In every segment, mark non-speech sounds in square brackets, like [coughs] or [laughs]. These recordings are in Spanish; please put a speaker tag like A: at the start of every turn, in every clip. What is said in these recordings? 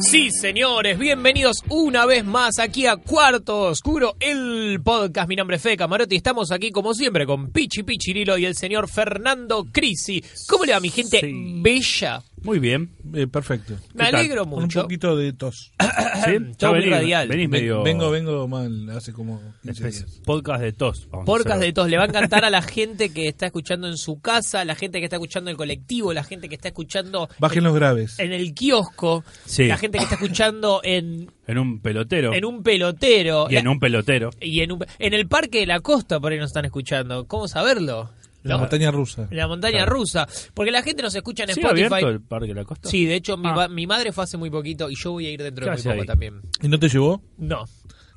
A: Sí, señores, bienvenidos una vez más aquí a Cuarto Oscuro, el podcast. Mi nombre es Fede Camarote y estamos aquí, como siempre, con Pichi Pichirilo y el señor Fernando Crisi. ¿Cómo le va, mi gente
B: Sí.
A: bella?
B: Muy bien, eh, perfecto.
A: Me
B: ¿Qué tal?
A: alegro
C: Con un
A: mucho.
C: poquito de tos.
B: ¿Sí?
A: Todo muy
B: venís,
A: radial.
B: venís
C: Ven-
B: medio
C: Vengo, vengo mal, hace como 15
B: especie-
C: días.
B: podcast de tos. vamos a
A: Porcas
B: hacer.
A: de tos, le va a encantar a
B: [laughs]
A: la gente que está escuchando en su casa, la gente que está escuchando en el colectivo, la gente que está escuchando
C: Bajen los graves.
A: en el kiosco,
B: Sí.
A: la gente que está escuchando en,
B: En un pelotero.
A: en un pelotero.
B: y en
A: la-
B: un pelotero.
A: Y en, un- en el parque de la costa por ahí nos están escuchando. ¿Cómo saberlo?
C: La montaña rusa.
A: La montaña rusa. Porque la gente nos escucha en
B: ¿Sigue abierto
A: Spotify.
B: el Parque de la Costa?
A: Sí, de hecho, mi,
B: Ah.
A: va- mi madre fue hace muy poquito y yo voy a ir dentro de muy
B: Gracias
A: poco
B: ahí.
A: también.
C: ¿Y no te llevó?
A: No.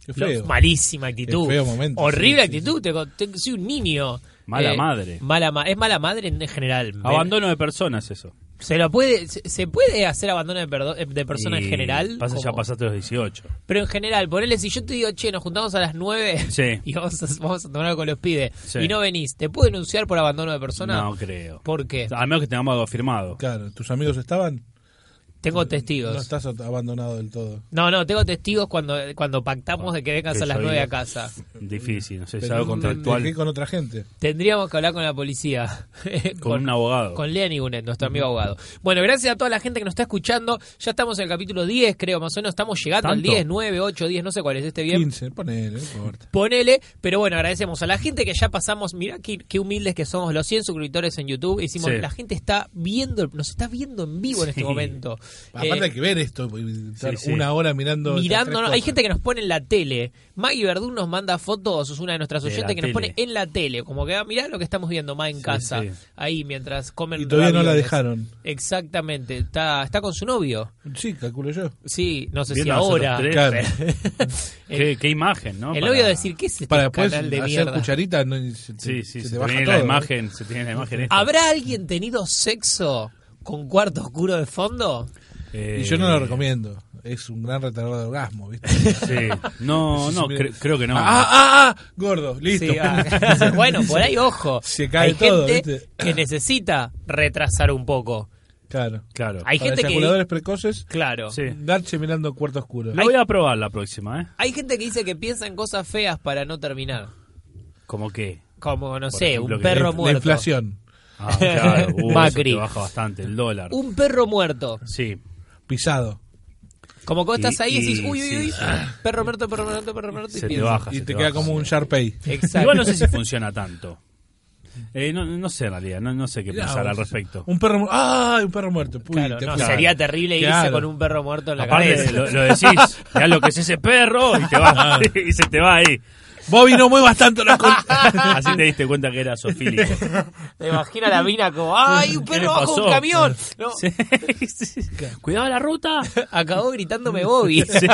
C: Qué
A: No,
C: feo.
A: malísima actitud.
C: Qué feo momento,
A: Horrible
C: sí, sí,
A: actitud. Tengo- tengo- soy un niño. Eh,
B: Mala madre.
A: Mala ma- es mala madre en general.
B: Abandono de personas, eso.
A: Se lo puede, se, se puede hacer abandono de, perdo- eh, de persona
B: Y
A: en general.
B: Pasa, ya
A: como-
B: pasaste los 18.
A: Pero en general, ponele, si yo te digo, che, nos juntamos a las 9
B: Sí.
A: [laughs] y vamos a, vamos a tomar algo con los pibes
B: Sí.
A: y no venís, ¿te puedo denunciar por abandono de persona?
B: No creo.
A: ¿Por qué?
B: A menos que tengamos algo firmado.
C: Claro, ¿tus amigos estaban?
A: Tengo
C: No
A: testigos.
C: estás at- abandonado del todo.
A: No, no, tengo testigos cuando, cuando pactamos de que vengas
B: Que
A: a las
B: yo
A: 9 a
B: diga.
A: casa.
B: Difícil, no sé, es
C: Pero
B: algo
C: me-
B: contractual.
C: dejé con otra gente.
A: Tendríamos que hablar con la policía. [laughs]
B: Con un abogado.
A: Con Lean Gunet, nuestro amigo abogado. Bueno, gracias a toda la gente que nos está escuchando. Ya estamos en el capítulo 10, creo, más o menos. Estamos llegando al
B: ¿Tanto?
A: 10, 9, 8, 10, no sé cuál es este bien. Eh,
C: 15, ponele, no importa.
A: Ponele, pero bueno, agradecemos a la gente que ya pasamos, mirá qué, qué humildes que somos, los 100 suscriptores en YouTube, hicimos,
B: Sí.
A: la gente está viendo, nos está viendo en vivo en este
B: Sí.
A: momento.
C: Aparte
A: Eh,
C: hay que ver esto, y estar
B: sí.
C: una hora mirando. estas
A: mirándonos.
C: tres
A: Hay
C: cosas.
A: gente que nos pone en la tele. Maggie Verdún nos manda fotos, es una de nuestras
B: De la
A: oyentes que nos pone
B: tele.
A: en la tele. Como que, ah, mirá lo que estamos viendo más en
B: Sí,
A: casa.
B: sí.
A: Ahí mientras comen.
C: Y todavía no la
A: ravioles.
C: dejaron.
A: Exactamente. Está, está con su novio.
C: Sí, calculo yo.
A: Este Sí, no sé si
B: Viendo a nosotros
A: ahora.
B: tres.
C: Claro.
A: El,
B: Qué, qué imagen, ¿no?
A: el
B: Para-
A: novio va a decir, ¿qué es este
C: Para después
A: canal de
C: hacer
A: mierda?
C: cucharita, no, y se te,
B: Sí, sí,
C: se
B: se,
C: te
B: te
C: baja
B: viene
C: todo. ¿eh?
B: la imagen, se tiene la imagen esta.
A: ¿Habrá alguien tenido sexo con cuarto oscuro de fondo?
B: Eh,
C: Y yo no lo recomiendo. Es un gran retardado de orgasmo, ¿viste?
B: Sí.
C: [laughs]
B: No, no, cre- creo que no.
C: Ah, ah, ah, gordo, listo.
A: Sí,
C: [laughs]
A: ah, [laughs] bueno, por ahí, ojo.
C: Se cae
A: Hay
C: todo,
A: gente
C: ¿viste?
A: que necesita retrasar un poco.
C: Claro.
B: Claro.
A: Hay
C: Para
A: gente que...
C: eyaculadores precoces,
A: Claro.
B: Sí.
C: darse mirando cuarto oscuro.
B: Lo voy a probar la próxima, ¿eh?
A: Hay gente que dice que piensa en cosas feas para no terminar.
B: Como que.
A: Como, no
B: Por
A: sé,
B: ejemplo,
A: un
B: que la
A: perro
C: La- La
A: muerto.
C: inflación.
A: [laughs]
B: Ah, claro. Uh, eso
A: Macri. Uh.
B: te baja bastante el dólar.
A: Un perro muerto.
B: Sí.
C: Pisado.
A: Como que vos estás
B: Y-
A: ahí y decís,
B: y-
A: uy, uy, uy,
B: sí.
A: perro muerto, perro muerto, perro muerto. y
B: Se te
A: piensas.
B: baja.
C: Y
B: se
C: te queda
B: baja.
C: como un Sharpay.
A: Exacto.
B: Igual no sé si funciona tanto. Eh, no, no sé en realidad, no, no sé qué pensar al respecto.
C: Un perro muerto. ¡Ah! Un perro muerto. Uy,
A: Claro,
C: te
A: no,
C: fue.
A: sería terrible irse
C: Claro.
A: con un perro muerto en la
B: Aparte,
A: cabeza.
B: lo, lo decís, mirá lo que es ese perro y, te va, [laughs] y se te va ahí.
C: Bobby, no muevas tanto la col-
B: Así te diste cuenta que era sofílico.
A: [laughs] Te imaginas la mina como, ¡ay, un
B: ¿Qué
A: perro
B: le
A: bajo un
B: pasó?
A: camión! No,
B: Sí, sí. Cuidado la ruta.
A: [laughs] Acabó gritándome Bobby.
B: [laughs] Sí,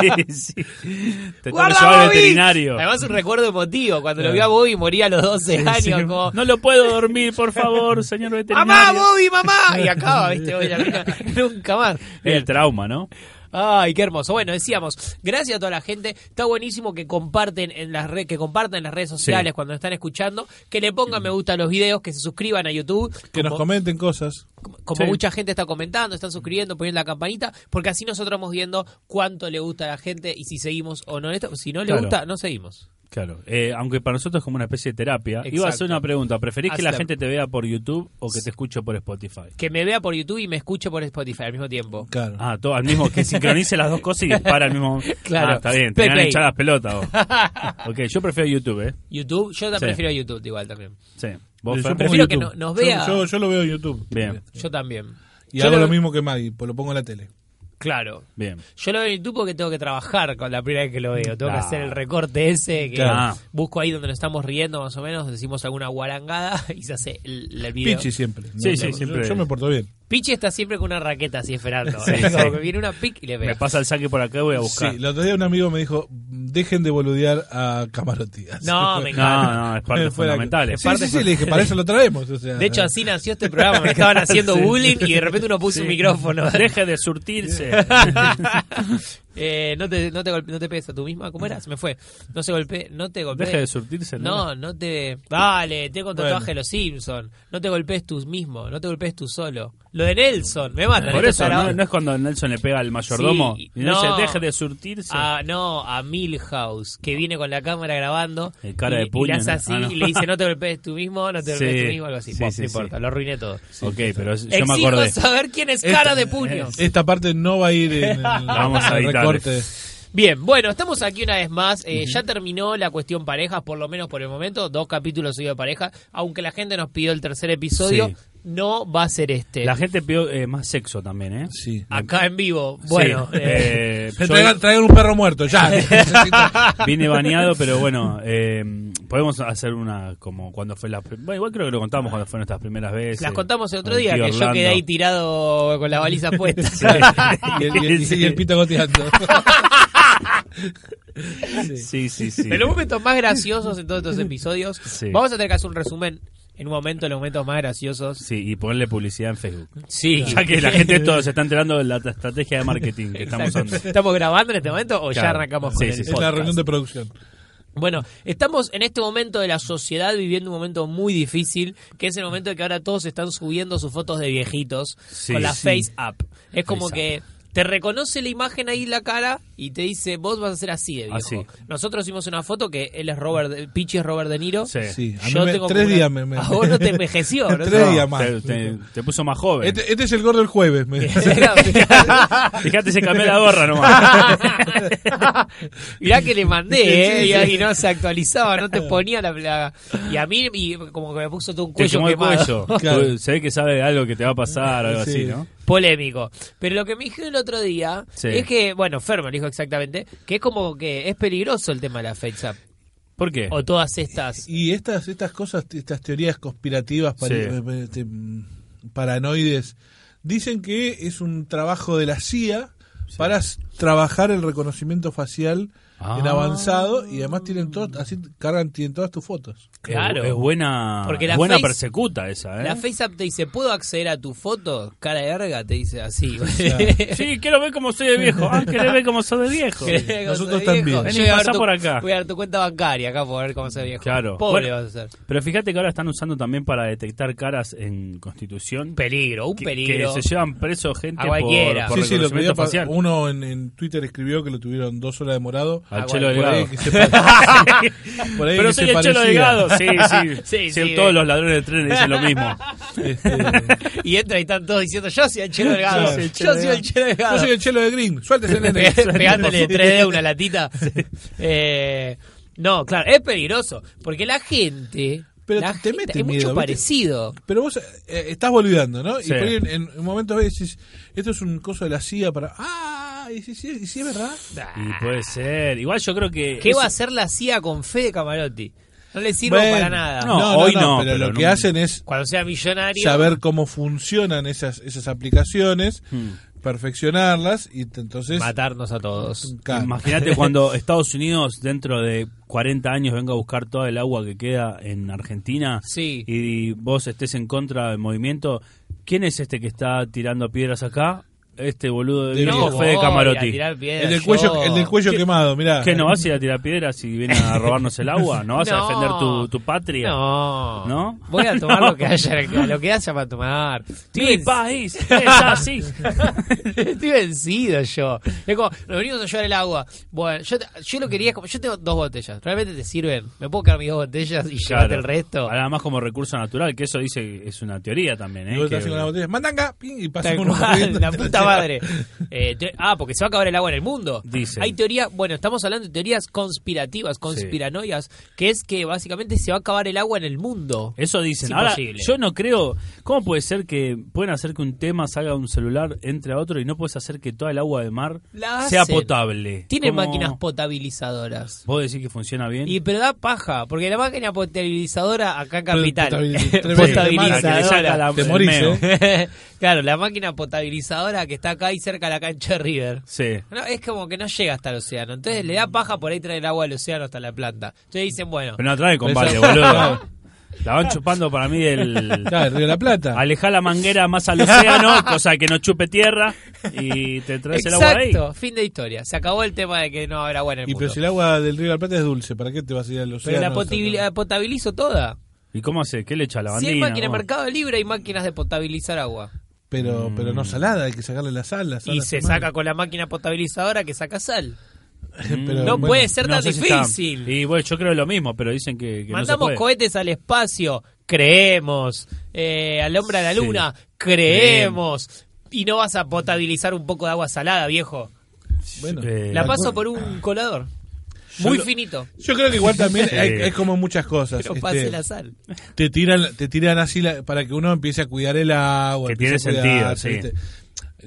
B: sí. Te tengo que
A: ¡Guarda,
B: llevar al
A: Bobby!
B: veterinario.
A: Además, un recuerdo emotivo. Cuando lo vi a Bobby, moría a los 12 años.
B: Sí,
A: Como,
B: No lo puedo dormir, por favor, señor veterinario.
A: ¡Mamá, Bobby, [laughs] mamá! Y acaba, ¿viste? Bobby, la mina, [laughs] nunca más.
B: El trauma, ¿no?
A: Ay, qué hermoso. Bueno, decíamos, gracias a toda la gente. Está buenísimo que comparten en las redes, que compartan en las redes sociales
B: Sí.
A: cuando nos están escuchando, que le pongan me gusta a los videos, que se suscriban a YouTube.
C: Que nos
A: Como-
C: comenten cosas.
A: como como
B: Sí.
A: mucha gente está comentando, están suscribiendo, poniendo la campanita, porque así nosotros vamos viendo cuánto le gusta a la gente y si seguimos o no en esto. Si no le
B: Claro.
A: gusta, no seguimos.
B: Claro, eh, aunque para nosotros es como una especie de terapia. Iba a
A: Exacto.
B: hacer una pregunta, ¿preferís que
A: Hazla.
B: la gente te vea por YouTube o que te escuche por Spotify?
A: Que me vea por YouTube y me escuche por Spotify al mismo tiempo.
C: Claro.
B: Ah, todo al mismo, que sincronice las dos cosas y dispara al mismo.
A: Claro.
B: Ah, está bien,
A: Play,
B: te van a
A: play.
B: echar las pelotas vos. Ok, yo prefiero YouTube, ¿eh?
A: YouTube, yo la
B: Sí.
A: prefiero YouTube igual también.
B: Sí. ¿Vos, Fer?
C: Yo pongo
A: Prefiero que
C: YouTube.
A: no- nos
C: Yo-
A: vea.
C: Yo, yo lo veo en YouTube.
B: Bien.
A: Yo también.
C: Y
A: Yo
C: hago
A: lo-
C: lo mismo que Maggie, pues lo pongo en la tele.
A: Claro.
B: Bien.
A: Yo lo veo en YouTube porque tengo que trabajar con la primera vez que lo veo. Tengo que
B: Ah.
A: hacer el recorte ese que
B: Claro.
A: busco ahí donde nos estamos riendo más o menos, decimos alguna guarangada [laughs] y se hace el, el video.
C: Pichi siempre.
B: Sí,
C: No,
B: sí,
C: yo-
B: siempre.
C: Yo me porto bien.
A: Pichi está siempre con una raqueta así esperando.
B: Sí,
A: Es como
B: sí.
A: que viene una pic y le pega.
B: Me pasa el saque por acá voy a buscar.
C: Sí, el otro día un amigo me dijo, dejen de boludear a Camarotti. [laughs] Así
A: No,
C: fue.
A: me
B: No,
A: encanta.
B: no, es parte
C: [laughs] Fue la-
B: fundamental.
C: Sí, sí, sí, le dije, para eso lo traemos. o sea.
A: De hecho, así nació este programa. Me estaban
B: [laughs]
A: haciendo bullying y de repente uno puso un micrófono.
B: Deje de surtirse.
A: [laughs] Eh, no, te, no, te golpe- no te pegues a tú misma. ¿Cómo era? Se me fue. No se golpe, no te golpees.
B: Deje de surtirse.
A: No, no te. Dale, tengo un
C: Bueno.
A: tatuaje de los Simpsons. No te golpees tú mismo, no te golpees tú solo. Lo de Nelson, me matan.
B: Por
A: este
B: eso,
A: tarado.
B: ¿no? ¿No es cuando Nelson le pega al mayordomo?
A: Sí,
B: y no.
A: no. Ah,
B: dice, deje de surtirse.
A: A, no, a Milhouse, que viene con la cámara grabando.
B: El cara
A: y-
B: de
A: Y le
B: puño,
A: hace
B: ¿no?
A: así
B: Ah, no.
A: y le dice: No te golpees tú mismo, no te
B: Sí.
A: golpees tú mismo, algo así.
B: Sí,
A: Buah,
B: sí,
A: no
B: sí.
A: importa, lo arruiné todo.
B: ok, pero yo me
A: Exijo
B: acordé.
A: saber quién es cara de puño.
C: [laughs] Esta parte no va a ir en
A: [laughs]
C: el,
B: Vamos a
C: en el
B: editar.
C: recorte.
A: Bien, bueno, estamos aquí una vez más. Eh, Ya terminó la cuestión parejas, por lo menos por el momento. Dos capítulos seguidos de pareja. Aunque la gente nos pidió el tercer episodio,
B: Sí.
A: no va a ser este.
B: La gente pidió eh, más sexo también, ¿eh?
C: Sí.
A: Acá en vivo.
B: [laughs]
A: Bueno,
B: Sí,
A: eh,
B: eh,
A: [laughs]
B: yo
C: Traigan, traigan un perro muerto, ya. Necesito-
B: vine baneado, pero bueno, eh, podemos hacer una como cuando fue la... pri- Bueno, igual creo que lo contamos cuando fue nuestras primeras veces.
A: las contamos el otro
B: Con el
A: día, que
B: tío
A: yo
B: Orlando.
A: quedé ahí tirado con la
B: [laughs]
A: baliza puesta. [laughs]
C: y, el, y el- y el pito goteando.
B: Sí, sí, sí.
A: De los momentos más graciosos en todos estos episodios,
B: Sí.
A: vamos a tener que hacer un resumen en un momento de los momentos más graciosos.
B: Sí, y ponerle publicidad en Facebook.
A: Sí,
B: Ya que la gente todo se está enterando de la t- estrategia de marketing que estamos usando.
A: ¿Estamos grabando en este momento o ya
B: Claro.
A: arrancamos
B: Sí,
A: con el
B: sí, sí.
C: es la
A: podcast?
C: reunión de producción.
A: Bueno, estamos en este momento de la sociedad viviendo un momento muy difícil, que es el momento en que ahora todos están subiendo sus fotos de viejitos
B: Sí,
A: con la
B: sí.
A: face up. Es como
B: Face
A: que te reconoce la imagen ahí en la cara y te dice, vos vas a ser así de viejo.
B: Así.
A: Nosotros hicimos una foto que él es Robert, de- Pichi es Robert De Niro. [laughs]
B: Sí.
C: Sí, a mí
A: Yo
C: me-
A: tengo
C: tres
A: como
C: días
A: una-
C: me, me-
A: A vos no te envejeció, ¿no?
C: [laughs] Tres días más.
B: Te, te- te puso más joven.
C: Este, este es el gordo del
A: [laughs]
C: jueves. me-
B: Fíjate, se cambió la
A: [laughs]
B: gorra nomás.
A: Mirá que le mandé, ¿eh?
C: Sí, sí.
A: Y ahí no se actualizaba, no te ponía la, la- Y a mí, y como que me puso todo un
B: Te
A: cuello
B: quemó el
A: quemado.
B: cuello.
C: Claro.
B: Tú- Se ve que sabe de algo que te va a pasar o algo
C: Sí.
B: así, ¿no?
A: [laughs] Polémico. Pero lo que me dijeron el otro día
B: Sí.
A: es que, bueno, Fermo dijo exactamente, que es como que es peligroso el tema de la fecha.
B: ¿Por qué?
A: O todas estas.
C: Y estas, estas cosas, estas teorías conspirativas, para-
B: Sí.
C: eh, este, mm, paranoides, dicen que es un trabajo de la CIA para s- trabajar el reconocimiento facial en
B: Ah.
C: avanzado y además tienen todo, así cargan tienen todas tus fotos.
A: Claro.
B: Es, es buena,
A: Porque la
B: buena
A: face-
B: persecuta esa, ¿eh?
A: La [laughs] FaceApp te dice, ¿puedo acceder a tu foto? Cara de verga, te dice así.
B: Sí, quiero ver cómo soy de viejo. Ah, quiero ver cómo soy de viejo.
C: Nosotros
A: Soy viejo.
C: también.
A: Yo
B: Vení,
A: voy a ver
B: pasá
A: tu-
B: por acá.
A: Voy a dar tu cuenta bancaria acá por ver cómo se ve viejo.
B: Claro.
A: Pobre
B: Bueno.
A: vas a ser.
B: Pero fíjate que ahora están usando también para detectar caras en Constitución.
A: Un peligro, un
B: que-
A: peligro.
B: Que se llevan preso gente
A: A
B: por,
A: cualquiera.
B: por
C: sí, sí, lo que
B: reconocimiento
C: había pa-
B: facial.
C: uno en, en Twitter escribió que lo tuvieron dos horas demorado.
B: Al
A: Ah,
B: Chelo
A: bueno,
C: Por
B: Delgado.
C: ahí que
B: [laughs]
C: se pa- por ahí
B: Pero
C: que
B: soy
C: se
B: el Chelo
C: parecía.
B: Delgado.
A: [laughs]
B: Sí, sí.
A: Sí,
B: sí,
A: sí.
B: todos los ladrones de trenes dicen
A: [laughs]
B: lo mismo.
A: y entra y están todos diciendo, yo soy el chelo delgado.
B: soy el
A: Yo
B: Chelo
A: soy el chelo delgado.
C: Yo soy el chelo de
B: [laughs]
C: Green, suéltese nene.
A: Pe- pegándole
C: [laughs]
A: 3D una latita. Eh, no, claro, es peligroso. Porque la gente.
C: Pero
A: la
C: te
A: gente-
C: mete
A: hay mucho
C: miedo, ¿viste?
A: parecido.
C: Pero vos eh, estás olvidando, ¿no? Y
B: Sí.
C: por ahí en, en momentos ves decís, esto es un coso de la CIA para... Ah, y si, si- y si es verdad.
B: Y puede ser. Igual yo creo que.
A: ¿Qué
B: eso-
A: va a hacer la CIA con Fede Camarotti? No le sirve
C: Bueno,
A: para nada.
B: no, hoy no,
C: pero,
B: pero
C: lo
B: en
C: que
B: un-
C: hacen es
A: Cuando sea millonario.
C: saber cómo funcionan esas, esas aplicaciones,
B: Hmm.
C: perfeccionarlas y t- entonces...
A: Matarnos a todos. [laughs]
C: Claro.
B: Imagínate cuando Estados Unidos dentro de 40 años venga a buscar toda el agua que queda en Argentina
A: Sí.
B: y vos estés en contra del movimiento. ¿Quién es este que está tirando piedras acá? Este boludo de
C: De
B: viejo
C: nuevo.
B: Fede
A: voy a
B: Camarotti.
A: tirar piedras
C: El del
A: yo.
C: cuello, el del cuello quemado, mirá.
B: ¿Qué, no vas a ir a tirar piedras si vienen a robarnos el agua? ¿No vas
A: [laughs]
B: a
A: No.
B: defender tu, tu patria?
A: No.
B: ¿No?
A: Voy a tomar
B: [laughs]
A: lo que haya, lo que haya para tomar.
B: Mi
A: Estoy- [laughs]
B: país es [laughs] así.
A: Estoy vencido yo. Es como, nos venimos a llevar el agua. Bueno, yo, te- yo lo quería, es como, yo tengo dos botellas. ¿Realmente te sirven? ¿Me puedo quedar mis dos botellas y llevarte
B: Claro.
A: el resto?
B: Ahora más como recurso natural, que eso dice que es una teoría también. ¿eh?
C: Y vos
B: Que-
C: estás con la botella, mandanga, ping, y pasa
A: Tal
C: uno
A: cual,
C: corriendo.
A: la puta
C: [laughs]
A: madre. Eh, te- ah, porque se va a acabar el agua en el mundo.
B: Dicen.
A: Hay teoría, bueno, estamos hablando de teorías conspirativas, conspiranoias, que es que básicamente se va a acabar el agua en el mundo.
B: Eso dicen.
A: Es
B: Ahora,
A: imposible.
B: yo no creo. ¿Cómo puede ser que pueden hacer que un tema salga de un celular, entre a otro y no puedes hacer que toda el agua de mar
A: La
B: sea
A: hacen.
B: potable?
A: Tienen
B: ¿Cómo-
A: máquinas potabilizadoras.
B: ¿Vos decís que funciona bien?
A: Y pero da paja, porque la máquina potabilizadora acá en Capital. [laughs]
C: Potabiliz-
B: La que le saca
A: potabilizadora.
B: la-
C: Te
B: el
C: morís,
B: meo.
C: ¿eh?
A: [laughs] claro, la máquina potabilizadora que está acá y cerca de la cancha de River.
B: Sí.
A: No, es como que no llega hasta el océano. Entonces le da paja por ahí traer agua al océano hasta la planta. Entonces dicen, bueno,
B: Pero no trae
A: [laughs]
B: combate,
C: Esa-
B: boludo. La van chupando para mí el...
C: Claro, el Río de la Plata.
B: Aleja la manguera más al océano, cosa que no chupe tierra y te traes el agua de ahí.
A: Exacto, fin de historia. Se acabó el tema de que no habrá agua en el
C: Y
A: mundo.
C: pero si el agua del Río de la Plata es dulce, ¿para qué te vas a ir al
A: Pero
C: océano?
A: la potabil- la potabilizo toda.
B: ¿Y cómo hace? ¿Qué le echa la
A: Si
B: bandina?
A: hay máquina de
B: vos?
A: mercado libre, hay máquinas de potabilizar agua.
C: Pero,
B: Mm.
C: pero no salada, hay que sacarle las alas.
A: Y se saca con la máquina potabilizadora que saca sal.
C: [laughs] Pero,
A: No pues.
C: bueno,
A: puede ser
B: No
A: tan
B: sé si está-
A: difícil.
B: Y bueno, yo creo lo mismo, pero dicen que, que no se
A: Mandamos
B: puede.
A: cohetes al espacio, creemos. Eh, al hombre a la
B: Sí.
A: luna, creemos. Y no vas a potabilizar un poco de agua salada, viejo.
C: bueno.
B: Eh,
A: La
B: de
A: paso por un colador.
C: Yo
A: Muy
C: lo-
A: finito.
C: Yo creo que igual también
B: Sí.
C: hay- es como muchas cosas.
A: Pero
C: este,
A: pase la sal.
C: te tiran te tiran así la- para que uno empiece a cuidar el agua.
B: Que
C: empiece
B: tiene
C: a cuidarse,
B: sentido, sí.
C: ¿viste?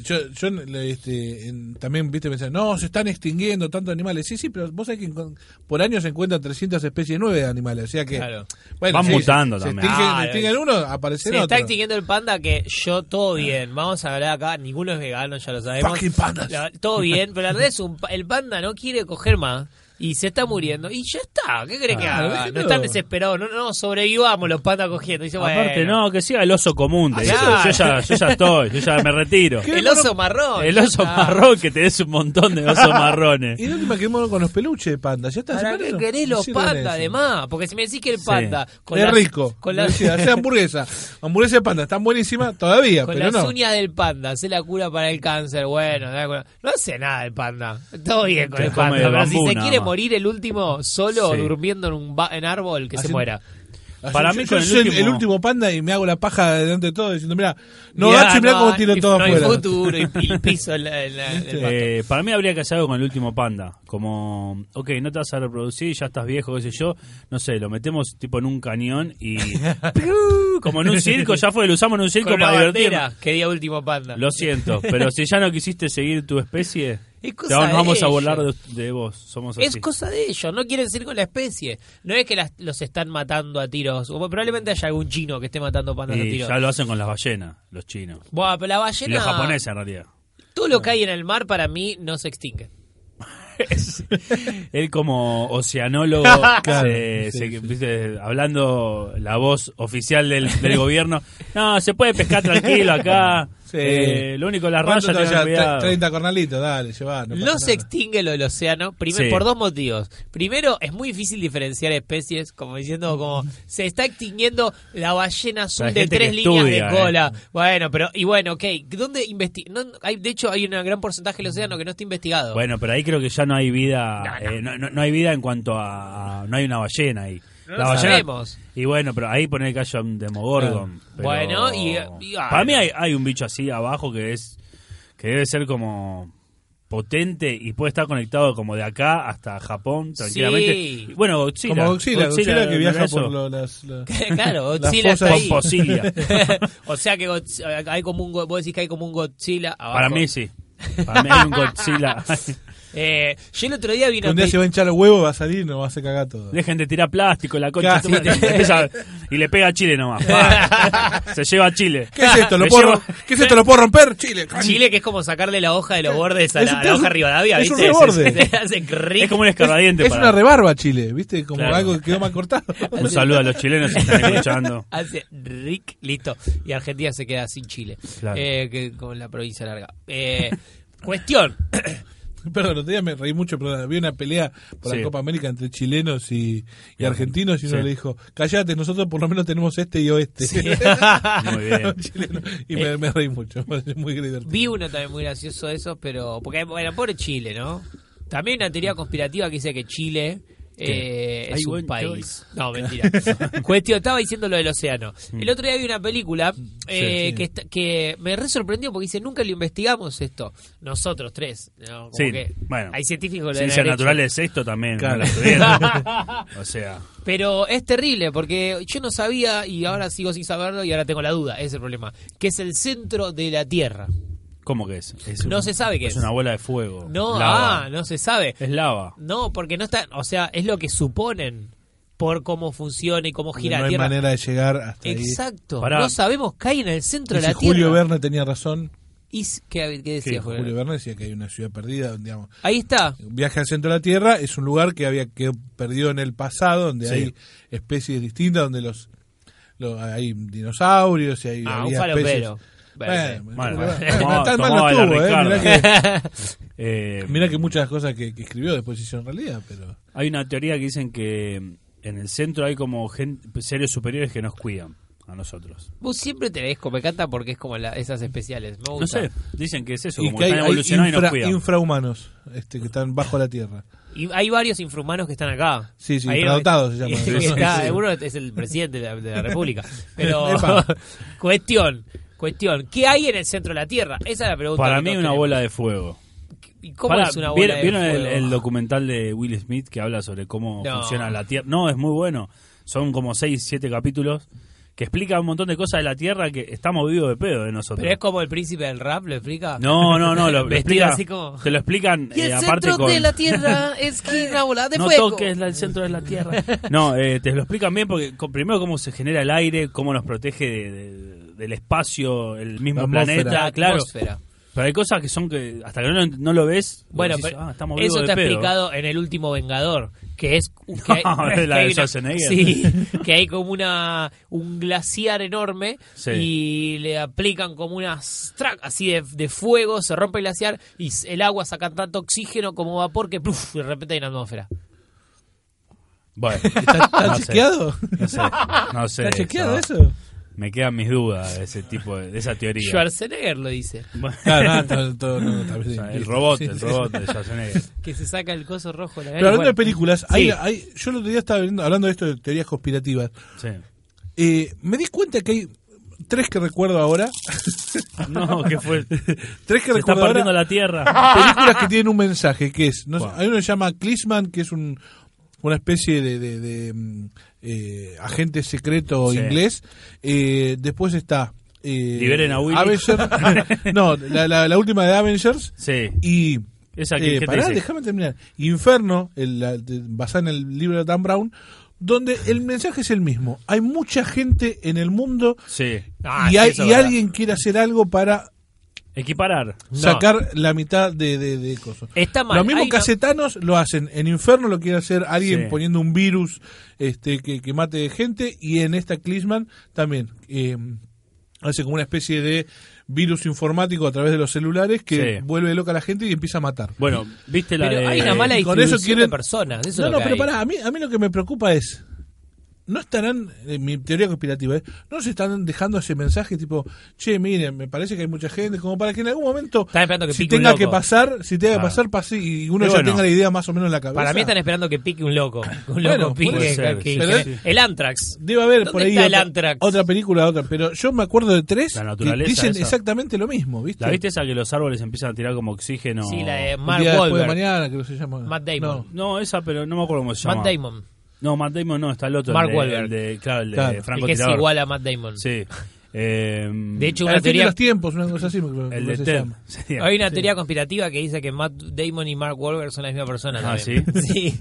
C: Yo, yo le- este, en- también viste pensar, no, se están extinguiendo tantos animales. Sí, sí, pero vos sabés que en- por año se encuentran 300 especies nuevas de animales. O sea que.
A: Claro.
B: Van
C: sí,
B: mutando
C: se-
B: también.
C: Se extinguen,
A: Ah,
C: extinguen uno, aparecen
A: Se está
C: otros.
A: extinguiendo el panda que yo todo bien. Vamos a hablar acá, ninguno es vegano, ya lo sabemos.
C: Fucking pandas.
A: La- todo bien, pero la verdad es un pa- el panda no quiere coger más y se está muriendo y ya está. ¿Qué crees que
C: Claro,
A: haga?
C: déjelo.
A: No están desesperados, no, no, sobrevivamos los pandas cogiendo. Dice,
B: Aparte,
A: bueno,
B: no, que siga el oso común. te
A: Ah,
B: dice.
A: claro.
B: yo, ya, yo ya estoy, yo ya me retiro.
A: El oso marrón.
B: El
A: ya
B: oso
A: está.
B: marrón, que te des un montón de osos marrones.
A: [laughs]
C: Y de última quedémonos con los peluches de panda. Ya está.
A: ¿Para
C: ¿se
A: qué
C: parece?
A: querés
C: No
A: los
C: sirven
A: pandas
C: eso.
A: además? Porque si me decís que el
B: Sí.
A: panda con
C: es
A: las-
C: rico.
A: [laughs] con las-
C: Decía, hacer hamburguesa. Hamburguesa de panda. Están buenísimas todavía,
A: Con
C: pero
A: las
C: no.
A: uñas del panda, hace la cura para el cáncer, bueno, da cura. no hace nada el panda, todo bien con
B: Te
A: el
B: come
A: panda,
B: de
A: pero
B: bambú
A: si se
B: nada
A: quiere
B: más.
A: morir el último solo
B: Sí.
A: durmiendo en un ba- en árbol, que se
C: Haciendo-
A: muera.
C: Así,
B: Para
C: yo-
B: mí
C: yo
B: con el
C: soy
B: último-
C: panda y me hago la paja delante de todo diciendo, mira, no
A: Mirá,
C: gacho y mirá cómo tiro
A: y-
C: todo
A: no
C: afuera.
A: hay futuro, y,
B: [laughs]
A: y piso en la- en la- en el pasto.
B: Eh, para mí habría que hacer algo con el último panda. Como, ok, no te vas a reproducir, ya estás viejo, qué sé yo. No sé, lo metemos tipo en un cañón
A: [laughs]
B: y. ¡piu! como en un circo, ya fue, lo usamos en un circo
A: Con una
B: para divertirnos.
A: bandera, que día último panda.
B: Lo siento, pero si ya no quisiste seguir tu especie,
A: [laughs] Es
B: te
A: cosa
B: va-
A: de
B: nos vamos a
A: ellos.
B: burlar de, de vos. Somos
A: Es
B: así.
A: cosa de ellos, no quieren seguir con la especie. No es que las- los están matando a tiros. O probablemente haya algún chino que esté matando pandas a
B: Y
A: tiros.
B: ya lo hacen con las ballenas, los chinos.
A: Buah, pero la
B: Y
A: ballena.
B: los japoneses, en realidad.
A: Todo lo que hay en el mar para mí no se extingue.
B: [laughs] Es- él como oceanólogo,
C: [laughs] Claro,
B: se-
C: sí,
B: se-
C: sí.
B: viste, hablando la voz oficial del, del gobierno, no, se puede pescar tranquilo acá,
C: Sí.
B: eh, lo único las rayas,
C: ¿Cuánto te
B: tengan
C: vayas? Tre-
B: cuidado.
C: 30 cornalitos, dale, llevá. No,
A: No
C: pasa
A: se
C: nada.
A: extingue lo del océano primer-
B: Sí.
A: por dos motivos. Primero, es muy difícil diferenciar especies, como diciendo, como se está extinguiendo la ballena azul
B: Hay
A: de
B: gente
A: tres
B: que
A: líneas
B: estudia,
A: de cola. Bueno, pero, y bueno, ok, ¿dónde investiga? hay, de hecho, hay un gran porcentaje del océano que no está investigado.
B: Bueno, pero ahí creo que ya no hay vida, eh, no, no- no hay vida en cuanto a, a- no hay una ballena ahí.
A: No
B: La
A: lo
B: ballena-
A: sabemos. Ah.
B: Y bueno, pero ahí poner que haya un demogorgon. pero-
A: Bueno, y- y-
B: para mí hay, hay un bicho así abajo que es que debe ser como potente y puede estar conectado como de acá hasta Japón tranquilamente.
A: Sí.
B: Y Bueno, Godzilla.
C: Como Godzilla, Godzilla, que
B: ¿no
C: viaja
B: era
C: por
B: eso?
C: lo-
A: [laughs]
C: las... las-
A: [laughs] claro,
C: las
A: Godzilla está
C: fosas-
A: ahí. [laughs]
B: Fosilla.
A: o sea que Godz- hay como un, go- vos decís que hay como un Godzilla abajo.
B: Para mí sí. Para mí hay un Godzilla.
A: [laughs] Eh, yo el otro día vi
C: que
A: una
C: Un día
A: pe-
C: se va a hinchar el huevo, va a salir y nos va a hacer cagar
B: [laughs]
C: todo.
B: Dejen de tirar plástico, la concha.
C: Claro.
B: de su madre. Empieza- y le pega a Chile
C: [laughs]
B: nomás. Pa. Se lleva a Chile.
C: ¿Qué es esto? ¿Lo
B: Le
C: puedo,
B: lleva-
C: ¿Qué es esto? ¿Lo puedo romper? Chile. coño.
A: Chile que es como sacarle la hoja de los bordes a
C: Es
A: la,
C: un-
A: a la hoja Rivadavia,
C: es un
A: ¿viste?
C: reborde.
A: [laughs] Se- se- se hace cric.
B: Es como un escarbadiente.
C: Es
B: para-
C: una rebarba, Chile, ¿viste? Como
B: Claro.
C: algo que quedó
A: [laughs]
C: más cortado.
B: Un saludo a los chilenos que
C: [laughs]
B: están escuchando.
A: Hace Rick, listo. Y Argentina se queda sin Chile.
B: Claro.
A: Eh, que, con la provincia larga. Eh, cuestión.
B: [laughs]
C: [laughs] Perdón, el otro día me reí mucho, pero había una pelea por
B: Sí.
C: la Copa América entre chilenos y, y argentinos y uno
B: Sí.
C: le dijo, callate, nosotros por lo menos tenemos este y oeste. [laughs]
B: Muy bien.
C: Chileno. Y me, me reí mucho, [laughs] es muy
A: [laughs]
C: divertido.
A: Vi uno también muy gracioso de esos, pero. Porque, bueno, pobre Chile, ¿no? También hay una teoría conspirativa que dice que Chile. eh,
B: Ay,
A: es un
B: buen
A: país.
B: [laughs]
A: No, mentira. Cuestión, estaba diciendo lo del océano.
B: Mm.
A: El otro día vi una película eh,
C: sí.
A: Que, está- que me re sorprendió porque dice: Nunca lo investigamos esto. Nosotros tres. ¿no? Como
B: Sí,
A: que
B: bueno.
A: Hay científicos que lo deben
B: Ciencias
A: haber hecho.
B: naturales sexto también.
C: Claro.
B: no la estudiaron.
C: [laughs]
B: o sea,
A: Pero es terrible porque yo no sabía y ahora sigo sin saberlo y ahora tengo la duda, ese es el problema, que es el centro de la Tierra.
B: ¿cómo que es? Es
A: No se sabe qué es.
B: Es una bola de fuego.
A: No,
B: Lava.
A: ah, no se sabe.
B: Es lava.
A: No, porque no está, o sea, es lo que suponen por cómo funciona y cómo gira
C: no
A: la
C: hay
A: Tierra.
C: manera de llegar hasta
A: Exacto,
B: Pará.
A: no sabemos qué hay en el centro
C: ahí.
A: de
C: Y si
A: la
C: Julio
A: Tierra.
C: Verne tenía razón,
A: ¿Y s- qué, qué decía
B: Sí,
A: Julio
C: Julio
A: Verne?
C: Verne decía que hay una ciudad perdida, digamos.
A: Ahí está.
C: Un Viaje al centro de la Tierra es un lugar que había quedado perdido en el pasado, donde
B: Sí.
C: hay especies distintas, donde los lo- hay dinosaurios y hay
A: Ah, un
C: había
A: falopero.
C: Bueno,
A: Vale.
B: Bueno,
C: bueno,
B: bueno.
C: no
B: Tomó-
C: tan mal no
B: tomó la
C: estuvo, eh, mirá
B: Ricarda.
C: que-
B: Eh,
C: Mira que muchas cosas que, que escribió después se hicieron realidad, pero.
B: Hay una teoría que dicen que mm, en el centro hay como gen- seres superiores que nos cuidan a nosotros.
A: [laughs] Vos siempre tenés como me encanta porque es como la- esas especiales. Me
B: No
A: gusta.
B: sé, dicen que es eso,
C: Y
B: como
C: que hay,
B: están
C: hay
B: evolucionados y nos
C: infra-
B: cuidan.
C: infrahumanos este, que están bajo la tierra.
A: Y hay varios infrahumanos que están acá.
C: Sí, sí,
A: Hay uno-
C: infradotados se llaman.
A: que [laughs] está-
C: Sí.
A: Uno es el presidente de la, de la
C: [laughs]
A: República. Pero,
C: Epa.
A: [laughs] cuestión, cuestión. ¿Qué hay en el centro de la Tierra? Esa es la pregunta.
B: Para
A: que
B: mí
A: todos
B: una
A: tenemos.
B: bola de fuego.
A: ¿Y cómo
B: Pará,
A: es una bola
B: ¿Vieron,
A: de
B: vieron el,
A: fuego?
B: el documental de Will Smith que habla sobre cómo
A: No.
B: funciona la Tierra? No, es muy bueno. Son como 6, 7 capítulos que explica un montón de cosas de la Tierra que estamos vivos de pedo de nosotros.
A: Pero es como el príncipe del rap, ¿lo explica?
B: No, no,
A: [laughs]
B: no, lo, lo
A: Vestido
B: explica-
A: así
B: [laughs]
A: como-
B: te lo explican
A: Y el
B: eh, aparte
A: centro
B: con...
A: de la Tierra es que una bola de
B: [laughs] no
A: fuego.
B: toques la- el centro de la Tierra.
A: [laughs]
B: No, eh, te lo explican bien porque con- primero cómo se genera el aire, cómo nos protege de- de- del espacio, el mismo
C: La atmósfera.
B: planeta, claro.
A: atmósfera.
B: Pero hay cosas que son que hasta que no, lo- no lo ves,
A: Bueno,
B: decís,
A: pero
B: "Ah, estamos vivos
A: eso
B: de
A: está
B: pedo".
A: explicado en el último Vengador, que es
B: [laughs]
A: que
B: No,
A: que
B: la
A: hay
B: de
A: una-
B: Schwarzenegger.
A: sí,
B: [laughs]
A: que hay como una un glaciar enorme
B: Sí.
A: y le aplican como unas trac así de, de fuego, se rompe el glaciar y s- el agua saca tanto oxígeno como vapor que ¡pluf! de repente hay una atmósfera.
B: Bueno,
C: [laughs] ¿Está
B: no sé,
C: chequeado?
B: No sé, no sé
C: ¿Está chequeado
B: eso.
C: eso?
B: Me quedan mis dudas de ese tipo de, de esa teoría.
A: Schwarzenegger lo dice,
B: Bueno,
C: Claro, no, todo- todo- no,
B: [laughs]
C: tal
B: o
C: vez sí.
B: sea, el robot,
C: Sí,
B: el
C: sí.
B: robot de Schwarzenegger.
A: que se saca el coso rojo. de la
C: Pero hablando
A: nariz,
C: de películas,
A: Sí.
C: hay, hay- yo el otro día estaba viendo- hablando de esto de teorías conspirativas.
B: Sí.
C: Eh, me di cuenta que hay tres que recuerdo ahora. [laughs]
B: No, que fue.
C: Tres
B: [laughs]
C: que
B: Se está
C: recuerdo ahora.
B: partiendo la tierra.
C: películas que tienen un mensaje, que es, no sé,
B: Bueno.
C: hay uno que se llama Clisman, que es un, una especie de, de- de, mm, eh, agente secreto
B: Sí.
C: inglés. Eh, después está... eh,
B: Liberen a Willy. [laughs]
C: Avenger- no, la, la- la última de Avengers.
B: Sí.
C: Y...
B: Esa que-
C: eh,
B: ¿qué te
C: pará,
B: dice?
C: déjame terminar. Inferno, el, la- de- basada en el libro de Dan Brown, donde el mensaje es el mismo. Hay mucha gente en el mundo
B: Sí.
A: Ah,
C: y,
A: sí,
C: hay-
A: eso es
C: y
A: verdad.
C: alguien quiere hacer algo para
B: Equiparar.
A: No.
C: sacar la mitad de, de, de cosas.
A: Está mal.
C: Lo mismo
A: Hay
C: que
A: una-
C: hace Thanos lo hacen. En Inferno lo quiere hacer alguien
B: Sí.
C: poniendo un virus este, que, que mate gente. Y en esta Clisman también eh, hace como una especie de virus informático a través de los celulares que
B: Sí.
C: vuelve loca a la gente y empieza a matar.
B: Bueno, viste la
A: Pero
B: de.
A: hay una mala
C: y con
A: distribución
C: eso quieren-
A: de personas, eso
C: no,
A: es lo
C: no,
A: que
C: pero
A: hay.
C: pará, a mí, a mí lo que me preocupa es. No estarán, en mi teoría conspirativa, ¿eh? no se están dejando ese mensaje tipo, che, miren, me parece que hay mucha gente, como para que en algún momento,
A: Están esperando que
C: si
A: pique un
C: tenga que
A: loco.
C: pasar, si tenga
B: Claro.
C: que pasar, pase y uno
B: Ah. Y
C: ya
B: bueno.
C: tenga la idea más o menos en la cabeza.
A: Para mí están esperando que pique un loco, un
C: Bueno,
A: loco pique,
C: puede
B: ser,
A: que-
B: sí,
A: que-
B: sí.
A: el Antrax.
C: Debe haber
A: ¿Dónde
C: por ahí
A: está el
C: otra,
A: Antrax?
C: otra película, otra, pero yo me acuerdo de tres
B: La
C: que
B: naturaleza
C: dicen
B: esa.
C: exactamente lo mismo, ¿viste?
B: ¿La viste esa que los árboles empiezan a tirar como oxígeno?
A: Sí, la de
C: El
A: Mark
C: día después de
A: Wahlberg.
C: mañana, creo que se llama.
A: Matt Damon.
C: No.
B: No, esa, pero no me acuerdo cómo se llama.
A: Matt Damon,
B: No, Matt Damon no, está el otro.
A: Mark
B: el de,
A: Wahlberg.
B: el de- claro, el de
C: Claro.
A: el
B: Franco
A: que es
B: Tirador.
A: igual a Matt Damon.
B: Sí. Eh,
A: De hecho, una
C: Al fin de
A: teoría,
C: los tiempos, una cosa así. me acuerdo
B: el
C: cómo
B: de
C: se
B: Ted.
C: llama.
B: [laughs] sería.
A: hay una teoría conspirativa que dice que Matt Damon y Mark Wahlberg son la misma persona.
B: Ah,
A: también. [laughs] Sí,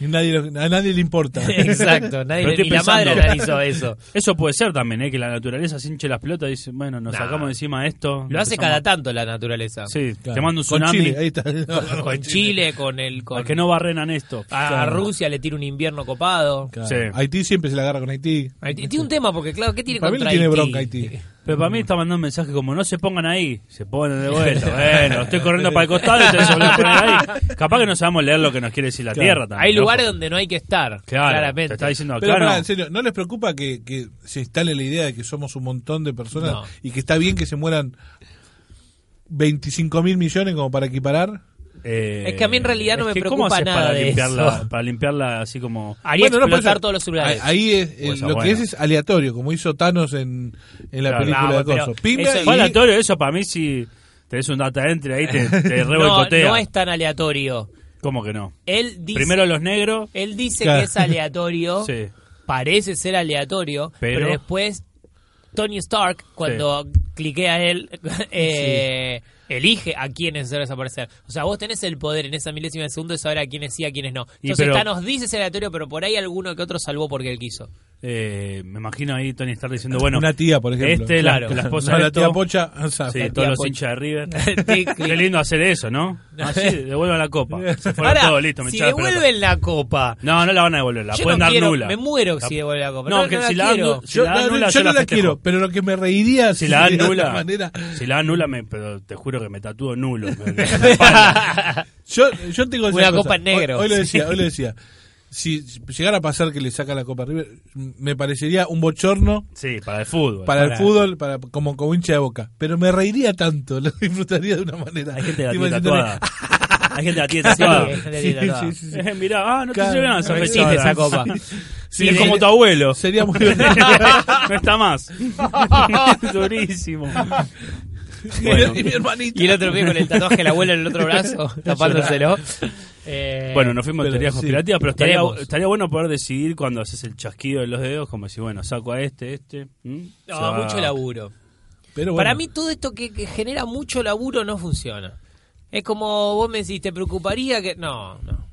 C: Y nadie lo- a nadie le importa.
A: [laughs] exacto. Nadie,
B: Pero
A: le-
B: estoy
A: ni la
B: pensando-
A: madre analizó eso.
B: Eso puede ser también, ¿eh? que la naturaleza se hinche las pelotas y dice, bueno, nos
A: Nah.
B: sacamos encima esto.
A: Lo hace
B: empezamos-
A: cada tanto la naturaleza.
B: Sí,
C: Claro.
B: te mando un
C: Con
B: tsunami.
C: Chile, ahí está.
A: [laughs] Con Chile, con el... Con,
B: para que no Ah. barrenan esto.
A: a Rusia le tira un invierno copado.
C: Claro.
B: Sí.
C: Haití siempre se la agarra con Haití.
A: Haití- Tiene un tema, porque claro, ¿qué tiene
C: Para mí
A: contra
C: no tiene
A: Haití?
C: bronca Haití.
B: Pero para mí está mandando un mensaje como, no se pongan ahí, se
A: [laughs]
B: ponen de vuelta. Bueno, estoy corriendo para el costado y ustedes se vuelven a poner ahí. Capaz que no sabemos leer lo que nos quiere decir la Tierra también.
A: Hay
B: loco.
A: lugares donde no hay que estar,
B: Claro,
A: claramente.
B: te está diciendo
C: Pero
B: acá,
C: pará,
B: no.
C: en serio, ¿no les preocupa que, que se instale la idea de que somos un montón de personas
A: No.
C: y que está bien que se mueran 25 mil millones como para equiparar?
B: Eh,
A: Es que a mí en realidad no
B: es
A: me
B: que
A: preocupa
B: haces
A: nada
B: para
A: de
B: limpiarla,
A: eso.
B: Para limpiarla así como...
A: Haría
C: Bueno, no, por
A: explotar
C: eso-
A: todos los celulares.
C: Ahí ahí es, eh,
B: Pues,
C: lo
B: bueno.
C: que es es aleatorio, como hizo Thanos en, en la
B: Claro.
C: película
A: No,
C: de
A: pero
C: Coso. Pinga
A: eso-
C: y-
B: Fue aleatorio eso, para mí si tenés un data entry ahí
A: [laughs]
B: te, te re
A: no,
B: boicotea.
A: no es tan aleatorio.
B: ¿Cómo que no?
A: Él dice,
B: Primero los negros.
A: él dice
C: Claro.
A: que es aleatorio,
B: [laughs] Sí.
A: parece ser aleatorio, pero,
B: Pero-
A: después Tony Stark, cuando cliquea él, [laughs] eh, elige a quiénes debe desaparecer. O sea, vos tenés el poder en esa milésima de segundo de saber a quiénes sí, a quiénes no.
B: Y
A: Entonces
B: pero-
A: Thanos dice ser aleatorio, pero por ahí alguno que otro salvó porque él quiso.
B: eh, me imagino ahí Tony Stark diciendo, bueno,
C: Una tía, por ejemplo.
B: este, la-
A: Claro.
B: la, esposa
C: No,
B: de
C: la tía
B: esto.
C: Pocha, ah, o sea,
B: Sí,
C: la
B: todos
C: tía
B: los
C: Pocha.
B: hinchas de River.
A: [laughs] Tic,
B: Qué lindo hacer eso, ¿no? Así,
A: [laughs]
B: devuelvan la
C: [laughs]
B: copa. Se fueron
A: Pará,
B: todos, listo, me
A: si
B: hinchaba la pelota.
A: devuelven la copa.
B: No, no la van a devolver, la
A: Yo
B: pueden
A: no
B: dar
A: quiero,
B: nula.
A: me muero si
B: La-
A: devuelven la copa.
B: No,
A: No,
B: que
A: no la
B: si la dan
A: quiero.
B: nu- si
C: Yo,
B: la dan
C: no,
B: nula,
C: yo
B: yo
C: no
B: la
C: la
B: festejo.
C: quiero, pero lo que me reiría
B: Si la dan
C: [laughs] de alguna
B: nula,
C: manera-
B: si la dan nula, me, pero te juro que me
A: [laughs]
B: tatúo nulo. [laughs] Me- me- me-
C: Yo, yo tengo esa
A: Una
C: cosa.
A: copa en negro.
C: Hoy, hoy lo
A: Sí.
C: decía, hoy lo decía. Si llegara a pasar que le saca la copa a River, me parecería un bochorno
B: sí, para el fútbol.
C: para el fútbol, para como, como hincha de boca. Pero me reiría tanto, [laughs] lo disfrutaría de una manera.
B: Hay
A: [laughs]
B: gente de la
C: Tipo,
B: tiene
C: diciéndole,
B: tatuada. Hay gente de la tiene
A: Sí,
B: tatuada.
A: gente
C: [laughs] Sí,
A: de la
C: sí, sí, sí.
B: Eh, mirá, ah, no te
C: Claro,
B: sirve nada esa
A: No
B: fecha.
A: existe esa copa.
B: Sí, es [laughs] como tu abuelo.
C: Sería muy [laughs] bueno.
B: no está
A: [laughs]
B: más. Durísimo.
A: Eh,
B: Bueno.
C: Y mi hermanito.
A: Y el otro pie con el tatuaje del abuelo en el otro
B: [laughs]
A: brazo, tapándoselo. Eh,
B: Bueno, nos fuimos a
C: Pero,
B: teorías
C: sí.
B: conspirativas, pero estaría,
A: Veremos.
B: estaría bueno poder decidir cuando haces el chasquido de los dedos, como si, bueno, saco a este, este. ¿m?
A: no,
B: O sea,
A: mucho laburo.
C: Pero bueno,
A: Para mí todo esto que, que genera mucho laburo no funciona. Es como vos me decís, ¿te preocuparía que...? No, no.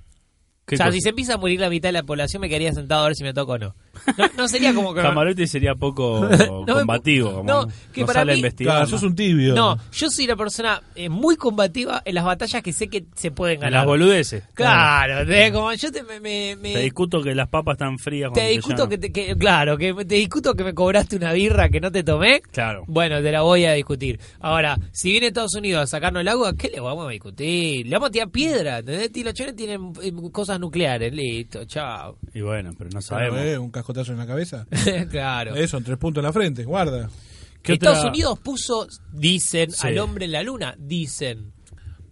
B: ¿qué
A: O sea,
B: cosa?
A: si se empieza a morir la mitad de la población me quedaría sentado a ver si me toco o no. No, no sería como que...
B: Camarote
A: [laughs]
B: sería poco
A: me-
B: combativo. como
A: no, que para
B: sale a
A: mí-
B: investigar.
C: claro,
B: ¿no?
C: sos un tibio.
A: No, yo soy una persona eh, muy combativa en las batallas que sé que se pueden
B: En
A: ganar.
B: las boludeces.
A: Claro, ¿entendés? como yo te, me, me- me-
B: Te discuto que las papas están frías.
A: te
B: con
A: discuto
B: Montellano.
A: que, te- que- claro, que me- te discuto que me cobraste una birra que no te tomé.
B: Claro.
A: Bueno, te la voy a discutir. Ahora, si viene Estados Unidos a sacarnos el agua, ¿qué le vamos a discutir? Le vamos a tirar piedra, ¿entendés? Y Los chones tienen eh, cosas nucleares, listo, chao. [laughs]
B: Y bueno, pero no
C: Claro,
B: sabemos.
C: eh, un cascotazo en la cabeza.
A: claro.
C: Eso, tres puntos en la frente, guarda.
B: ¿Qué
A: Estados
B: otra-
A: Unidos puso, dicen,
B: Sí.
A: al hombre en la luna, dicen.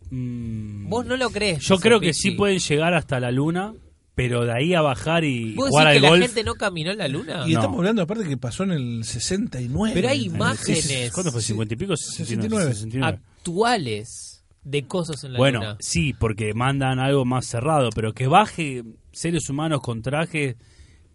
B: Mm,
A: Vos no lo crees.
B: Yo
A: dice
B: creo que
A: Pichi.
B: sí pueden llegar hasta la luna, pero de ahí a bajar y
A: ¿Vos
B: jugar
A: decís que
B: al
A: la
B: golf.
A: gente no caminó en la luna?
C: Y
B: No.
C: estamos hablando aparte que pasó en el 69.
A: Pero hay
C: En el-
A: imágenes.
B: ¿Cuánto fue? ¿50 y pico? 69.
C: 69.
B: 69.
A: Actuales de cosas en la
B: Bueno,
A: luna.
B: sí, porque mandan algo más cerrado, pero que baje seres humanos con trajes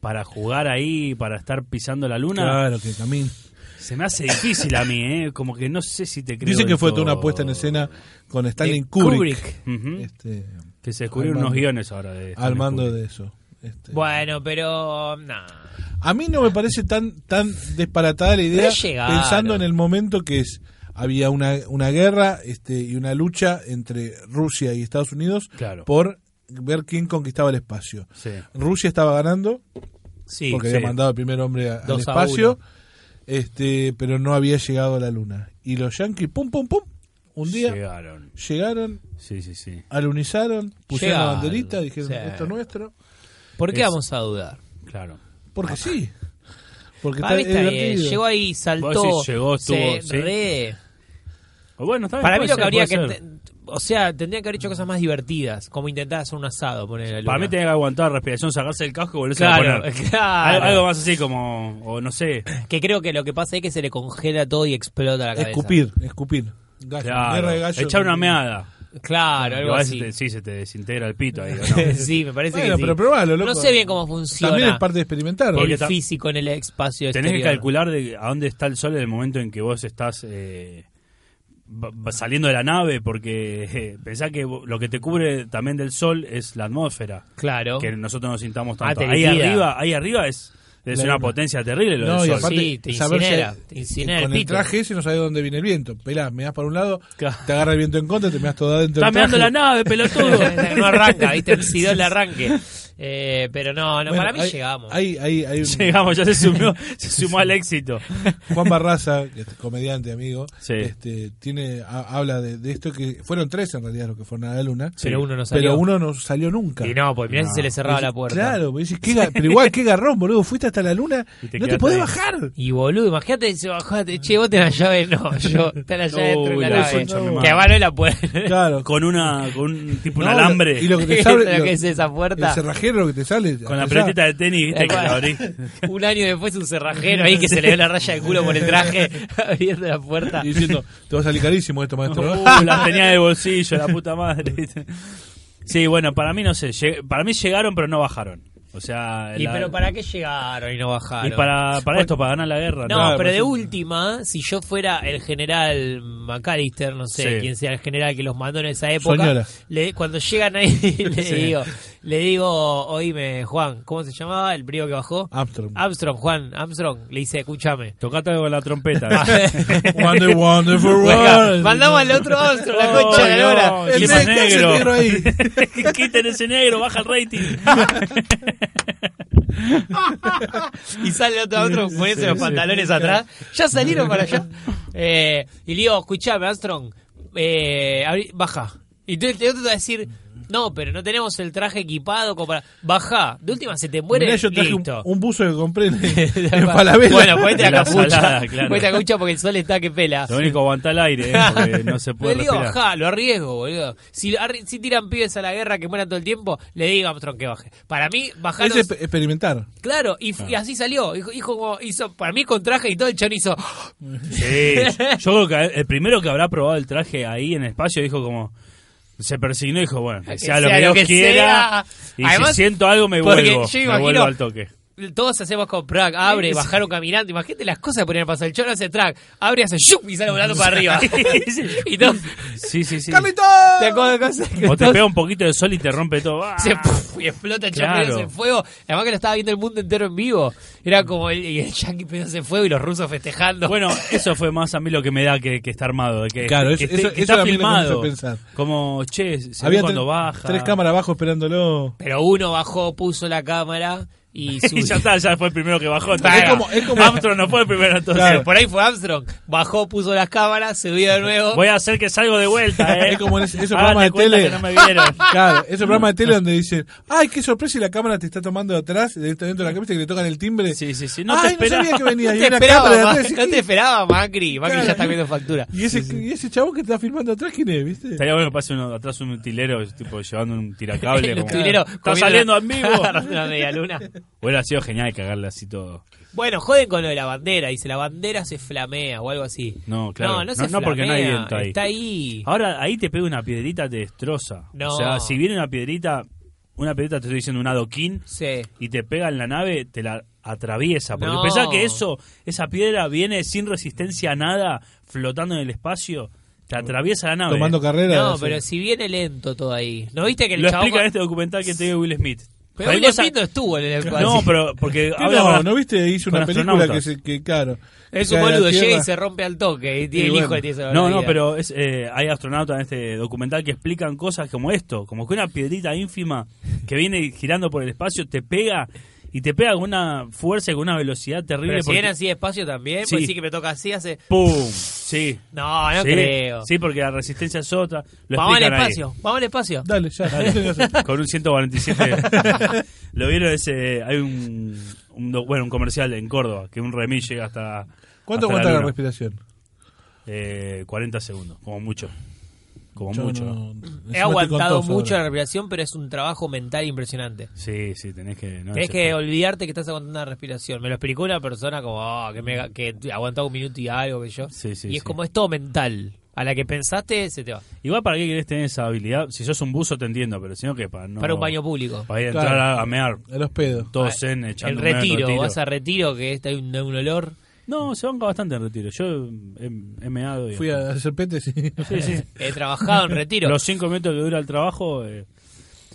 B: para jugar ahí, para estar pisando la luna,
C: Claro, que también.
B: se me hace difícil a mí, ¿eh? Como que no sé si te creo.
C: Dicen que
B: del
C: fue toda una
B: todo. ¿Mm?
C: puesta en escena con Stanley
A: De
C: Kubrick.
B: Ujú.
C: Este,
B: Que se descubrieron
C: Armando.
B: unos guiones ahora de.
C: al mando de eso. Este.
A: Bueno, pero. Nah.
C: A mí no me parece tan tan disparatada la idea
A: Rellegaron.
C: pensando en el momento que es había una, una guerra este, y una lucha entre Rusia y Estados Unidos
B: Claro.
C: por ver quién conquistaba el espacio.
B: Sí.
C: Rusia estaba ganando
B: Sí,
C: porque
B: sí.
C: había mandado al primer hombre a- al
A: Dos a
C: espacio,
A: uno.
C: este, pero no había llegado a la luna. Y los yanquis, pum, pum, pum, un día
B: Llegaron.
C: llegaron,
B: Sí, sí, sí.
C: alunizaron, pusieron la
A: Llegaron,
C: banderita, dijeron,
A: sí.
C: esto es nuestro,
A: ¿Por qué
B: Es-
A: vamos a dudar?
B: Claro.
C: porque sí. Porque
A: Para mí
C: es
A: está bien.
C: divertido.
A: Llegó Ah, ahí, saltó.
B: Vos decís, llegó,
A: se
B: estuvo, sí.
A: re-
B: O Pues Bueno, está bien,
A: Para mí
B: puede
A: lo que
B: ser,
A: habría que.
B: puede ser.
A: te- O sea, tendrían que haber hecho cosas más divertidas, como intentar hacer un asado, poner en la luna.
B: Para mí tenía que aguantar respiración, sacarse el casco y volverse
A: [laughs]
B: a
A: Claro,
B: poner.
A: claro.
B: Algo- Algo más así como, o no sé,
A: Que creo que lo que pasa es que se le congela todo y explota la cabeza.
C: Escupir, escupir. Gallo, mierda de
B: claro,
C: gallo.
B: echar una meada.
A: Claro, algo
B: Igual se
A: así. [laughs]
B: te- sí, se te desintegra el pito ahí. ¿o no?
A: sí, me parece
C: Bueno,
A: que sí.
C: pero probalo, loco.
A: No sé bien cómo funciona.
C: También es parte de experimentar.
B: Porque
A: el
B: ta-
A: físico en el espacio
B: Tenés que
A: exterior.
B: calcular de a dónde está el sol en el momento en que vos estás eh, ba- ba- saliendo de la nave, porque eh, pensá que vo- lo que te cubre también del sol es la atmósfera,
A: Claro. [laughs]
B: que nosotros nos sintamos
A: Ah,
B: tanto.
A: te
B: ahí
A: liquida.
B: arriba, ahí arriba es, es
C: La
B: una
C: luna.
B: potencia terrible lo
C: No,
B: del
C: y
B: sol.
C: aparte,
A: Sí, te
C: saber si-
A: incinera, te incinera
C: con
A: el
C: el,
A: pito.
C: traje ese no sabes dónde viene el viento. Pelás, me das para un lado,
B: Claro.
C: te agarra el viento en contra, te me das todo adentro.
B: Está
C: del
B: meando la
C: traje.
B: nave, pelotudo.
A: [laughs] no arranca, ¿viste? Oxidó el
C: [laughs]
A: arranque. Eh, pero no, no
C: Bueno,
A: para mí
C: hay-
A: llegamos.
C: Hay, hay, hay
B: [laughs]
C: un-
B: Llegamos, ya se sumió, se sumó al éxito.
C: Juan Barraza, que es comediante, amigo,
B: Sí.
C: este, tiene, ha- habla de, de esto que fueron tres en realidad los que fueron a la luna.
A: Pero uno no salió.
C: Pero uno no salió nunca.
A: Y no, pues mirá
B: No.
A: si se le cerraba la puerta.
C: Claro, me dices, qué ga- pero igual, qué garrón, boludo. Fuiste hasta la luna,
B: Y te
C: no te
B: quedaste
C: podés
B: ahí.
C: bajar.
A: Y boludo, imagínate, se bajó, te- che, vos tenés la llave, no, yo, está la llave dentro de
B: Uy,
A: la
B: la
A: nave.
B: concha de mi madre.
A: Que además no la puerta.
C: Claro,
B: Con una, con un tipo un
C: No,
B: alambre.
C: Y lo
A: [laughs]
C: que te sale.
A: Lo
C: lo-
A: que es esa puerta.
C: El cerrajero lo que te sale.
B: Con la
C: allá.
B: pelotita de tenis, viste, que la
C: [laughs]
B: abrís.
A: Un año después un cerrajero ahí que se le ve la raya de culo por el traje abriendo la puerta.
C: Y diciendo, te va a salir carísimo esto, maestro.
B: Uh, la tenía de bolsillo, la puta madre. Sí, bueno, para mí no sé. lleg- Para mí llegaron, pero no bajaron. O sea.
A: [laughs] Y
B: la-
A: pero para qué llegaron y no bajaron.
B: y para, para esto, para ganar la guerra.
A: No,
B: ¿no?
A: pero de
C: sí.
A: última, si yo fuera el general McAllister, no sé
B: Sí.
A: quién sea el general que los mandó en esa época,
C: Soñora.
A: [laughs] le- cuando llegan ahí le
B: Sí.
A: digo, Le digo, oíme, Juan, ¿cómo se llamaba el brío que bajó?
C: [laughs] Armstrong.
A: Armstrong, Juan, Armstrong. Le dice, escúchame.
B: pues, Tocate con la
A: [laughs]
B: trompeta.
C: Wonder, wonderful
A: Venga,
C: world.
A: mandamos al otro Armstrong, la
B: Oh,
A: concha de la
B: no.
A: lora.
C: El
B: Clima
C: negro, ese
B: negro.
C: negro ahí.
B: [laughs] Quiten ese negro, baja
A: [laughs]
B: el rating.
A: y sale otro Armstrong, poniéndose los pantalones atrás. Ya salieron para allá. Eh, y le digo, escuchame, Armstrong, eh, abrí- baja. Y tú- el otro te va a decir, no, pero no tenemos el traje equipado como para... Baja. De última se te muere,
C: Mirá, yo traje un, [laughs]
A: listo.
C: un buzo que compré en, en
A: Bueno,
C: Falabella.
A: Bueno, pues ponete
B: De
A: la
B: la
A: capucha.
B: salada, claro.
A: Ponete la capucha porque el sol está que pela.
B: Lo único, aguanta el aire, eh, porque no se puede
A: Le digo,
B: respirar.
A: bajá, lo arriesgo, boludo. Si, arri- si tiran pibes a la guerra que mueran todo el tiempo, le digo a Armstrong que baje. Para mí, bajar.
C: Es exper- experimentar.
A: Claro, y, f-
B: Ah.
A: y así salió. Hijo, hijo como hizo, para mí con traje y todo el chon hizo.
B: Sí, yo creo que el primero que habrá probado el traje ahí en el espacio dijo como... Se persignó y dijo, bueno, que sea lo que Dios
A: sea.
B: quiera. Y
A: Además,
B: si siento algo me
A: porque
B: vuelvo,
A: yo
B: me
A: imagino-
B: vuelvo al toque.
A: Todos hacemos con Prague, abre, bajaron caminando. Imagínate las cosas que ponían a pasar. El chon hace track, abre, hace shup y sale volando para arriba. [laughs] y todo.
B: Sí, sí, sí.
C: ¡Carlito!
A: ¿Te acuerdas de cosas que
B: O te
A: todos-
B: pega un poquito de sol y te rompe [laughs] todo. ¡Ah!
A: [laughs] se puf, y explota el
B: Claro.
A: champán en fuego. Además que lo estaba viendo el mundo entero en vivo. Era como el, y el yankee pegándose en fuego y los rusos festejando.
B: Bueno, eso fue más a mí lo que me da que, que está armado. de Que,
C: Claro,
B: que
C: eso-
B: esté-
C: eso-
B: que
C: eso
B: está
C: a mí me
B: filmado.
C: comenzó a pensar.
B: Como, che, se ve
C: Había
B: cuando
C: tre-
B: baja.
C: tres cámaras abajo esperándolo.
A: Pero uno bajó, puso la cámara
B: [laughs]
A: y
B: [laughs] y
A: subió.
B: ya está, ya fue el primero que bajó. entonces-
A: Es como-
C: es como-
B: Armstrong no fue el primero entonces.
A: Pero
C: Claro.
A: por ahí fue Armstrong. Bajó, puso las cámaras, subió de nuevo.
B: Voy a hacer que salgo de
C: [laughs]
B: vuelta, ¿eh?
C: Es como en ese- esos
B: Háganme
C: programas de
B: cuenta
C: tele.
B: que no me
C: [laughs]
B: vieron.
C: Claro, esos programas de tele donde dicen, ay, qué sorpresa, y la cámara te está tomando de atrás, de- este, dentro de la camisa, que le tocan el timbre.
B: Sí, sí, sí, no te
C: ay, no
B: esperaba.
C: sabía que venía.
A: [laughs] no
C: y
A: te,
C: una
A: esperaba,
C: cámara de
A: Ma-
C: atrás,
A: [laughs]
C: y-
A: no te esperaba Macri. Macri
C: Claro.
A: ya está viendo factura. [laughs]
C: y, ese, y ese chavo que está filmando atrás, ¿quién es, viste?
B: Estaría bueno que pase uno, atrás un utilero, tipo, llevando
A: [laughs]
B: un tiracable.
A: Los
B: como,
A: tuileros
B: Está
A: comiendo
B: saliendo
A: la- [laughs]
B: en vivo.
A: Una media luna.
B: Hubiera sido genial cagarle así todo.
A: Bueno, joden con lo de la bandera. Dice, la bandera se flamea o algo así.
B: No, claro.
A: No, no se
B: No, no, porque no hay
A: flamea,
B: viento ahí. Ah.
A: Está ahí.
B: Ahora, ahí te pega una piedrita, te destroza.
A: No.
B: O sea, si viene una piedrita, una piedrita, te estoy diciendo, un adoquín,
A: Sí.
B: y te pega en la nave, te la atraviesa. Porque
A: No.
B: pensás que eso, esa piedra viene sin resistencia a nada, flotando en el espacio, te atraviesa la nave.
C: Tomando carrera.
A: No,
C: sí.
A: pero si viene lento todo ahí. ¿No viste que el
B: Lo
A: chabón-
B: explica en este documental que te dio Will Smith.
A: Pero
B: hay
A: Will
B: cosas-
A: Smith no estuvo en el espacio.
B: No, pero porque
C: ¿Qué
B: habla
C: [laughs] no,
B: con-
C: ¿no viste? Hizo
B: con
C: una película que,
B: astronautas.
C: se, que, claro.
A: Es
C: cae
A: un
C: a la
A: boludo, llega
C: Tierra.
A: y se rompe al toque. Y tiene
C: Y
A: el hijo
C: bueno.
A: que tiene esa
B: No, no,
A: barbaridad.
B: pero es, eh, hay astronautas en este documental que explican cosas como esto, como que una piedrita ínfima que viene girando por el espacio te pega y te pega con una fuerza y con una velocidad
A: Pero
B: terrible.
A: si
B: porque-
A: viene así despacio también,
B: Sí.
A: pues sí que me toca así, hace.
B: ¡Pum! Sí.
A: No, Ah, no
B: sí,
A: creo.
B: Sí, porque la resistencia es otra. Lo
A: vamos al
B: explican ahí.
A: espacio, vamos al espacio.
C: Dale, ya.
A: [laughs]
B: [laughs] Con un 147. [laughs] Lo vieron ese. Hay un, un do- bueno, un comercial en Córdoba que un remis llega hasta. hasta la
C: ¿Cuánto aguanta la,
B: luna.
C: respiración?
B: Eh, 40 segundos, como mucho. Como
C: Yo
B: mucho.
C: no-
A: He
C: encima
A: aguantado
C: estoy con tos
A: mucho la
C: ahora.
A: respiración, pero es un trabajo mental impresionante.
B: Sí, sí, tenés que. no,
A: Tenés
B: Ah, ya
A: que
B: está.
A: olvidarte que estás aguantando una respiración. Me lo explicó una persona como ah, que, me, que aguantaba un minuto y algo que yo.
B: Sí, sí,
A: y es
B: sí.
A: como es todo mental. A la que pensaste, se te va.
B: Igual, ¿para qué querés tener esa habilidad? Si sos un buzo, te entiendo, pero si no, que para no.
A: Para un baño público.
B: Para ir a
C: Claro.
B: entrar a, a mear.
C: A los pedos.
B: Todos en echando
A: El
B: un mear en
A: retiro, vas a retiro, que está un, un olor.
B: No, se banca bastante en retiro. Yo he, he meado. y-
C: Fui a a serpentes y...
B: Sí, sí.
A: He trabajado
B: [laughs]
A: en retiro.
B: Los cinco minutos que dura el trabajo. eh,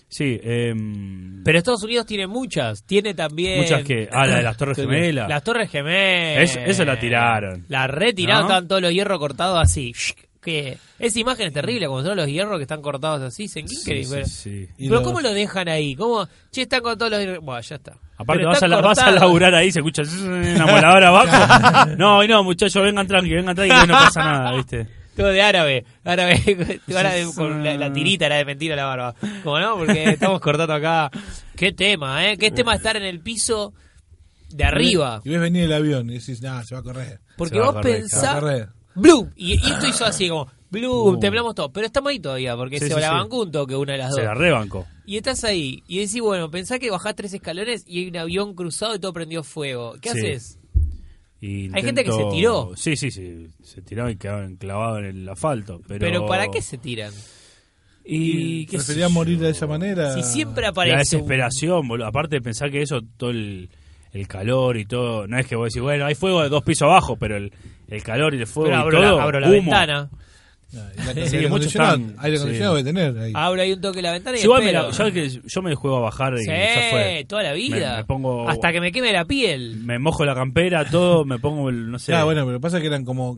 B: sí, em,
A: Pero Estados Unidos tiene muchas. Tiene también.
B: muchas que. Ah, la de
A: [coughs]
B: las Torres
C: Sí.
B: Gemelas.
A: Las Torres Gemelas.
B: Es- eso la tiraron.
A: La retiraron,
B: ¿No?
A: estaban todos los hierros cortados así. Que esa imagen es terrible, como son los hierros que están cortados así. se
B: Sí,
A: enquiqueren,
B: sí,
A: pero-
B: sí.
C: Y
A: Pero
C: los-
A: ¿cómo lo dejan ahí? ¿Cómo? Che, están con todos los hierros. Bueno, ya está.
B: Aparte,
A: Pero
B: vas a,
A: están
B: la- vas a
A: cortados.
B: laburar ahí, se escucha zzzz, una
A: [laughs]
B: palabra abajo. No, y no, muchachos, vengan tranqui, vengan tranqui, que no pasa nada, ¿viste?
A: Todo de árabe.
B: [laughs]
A: Árabe ahora de- con la, la tirita, la de mentira la barba. Como no, porque estamos cortando acá. Qué tema, ¿eh? Qué tema estar en el piso de arriba.
C: Y ves venir el avión y decís, nah, se va a correr.
A: Porque
B: Se va a
A: vos
B: correr,
C: Se va a
A: pensás.
C: correr.
A: ¡Bloom! Y, y esto hizo así como. ¡Bloom! Temblamos todo. Pero estamos ahí todavía, porque
B: Uh. Sí,
A: se
B: sí,
A: la
B: sí.
A: bancó un toque una de las
B: Se
A: dos.
B: la rebanco.
A: Y estás ahí. Y decís, bueno, pensá que bajás tres escalones y hay un avión cruzado y todo prendió fuego. ¿Qué
B: Sí.
A: haces?
B: Y
A: Hay gente que
B: intento-
A: se tiró.
B: Sí, sí, sí. Se tiró y quedó enclavado en el asfalto. Pero,
A: Pero... ¿para qué se tiran?
B: Y qué sé
C: Prefería
B: yo.
C: morir de esa manera.
A: Si siempre
B: La
A: aparece. un-
B: desesperación, boludo. Aparte, pensar que eso, todo el, el calor y todo. No es que vos decís, bueno, hay fuego de dos pisos abajo, pero el, el calor y el fuego
A: Pero
B: y
A: abro,
B: todo.
A: la, abro la
B: humo.
A: ventana.
C: Ah, y
B: [laughs] Sí,
C: la-
B: Ah,
C: aire
B: muchos
C: acondicionado,
B: están-
C: aire acondicionado voy a tener ahí.
A: Abro ahí un toque la ventana y
B: Sí, igual me
A: espero.
B: la- yo, que- yo me juego a bajar y
A: Sí,
B: ya fue.
A: toda la vida.
B: Me- me pongo-
A: Hasta que me queme la piel.
B: Me mojo la campera, todo, me pongo el, no sé.
C: Ah, bueno, pero pasa que eran como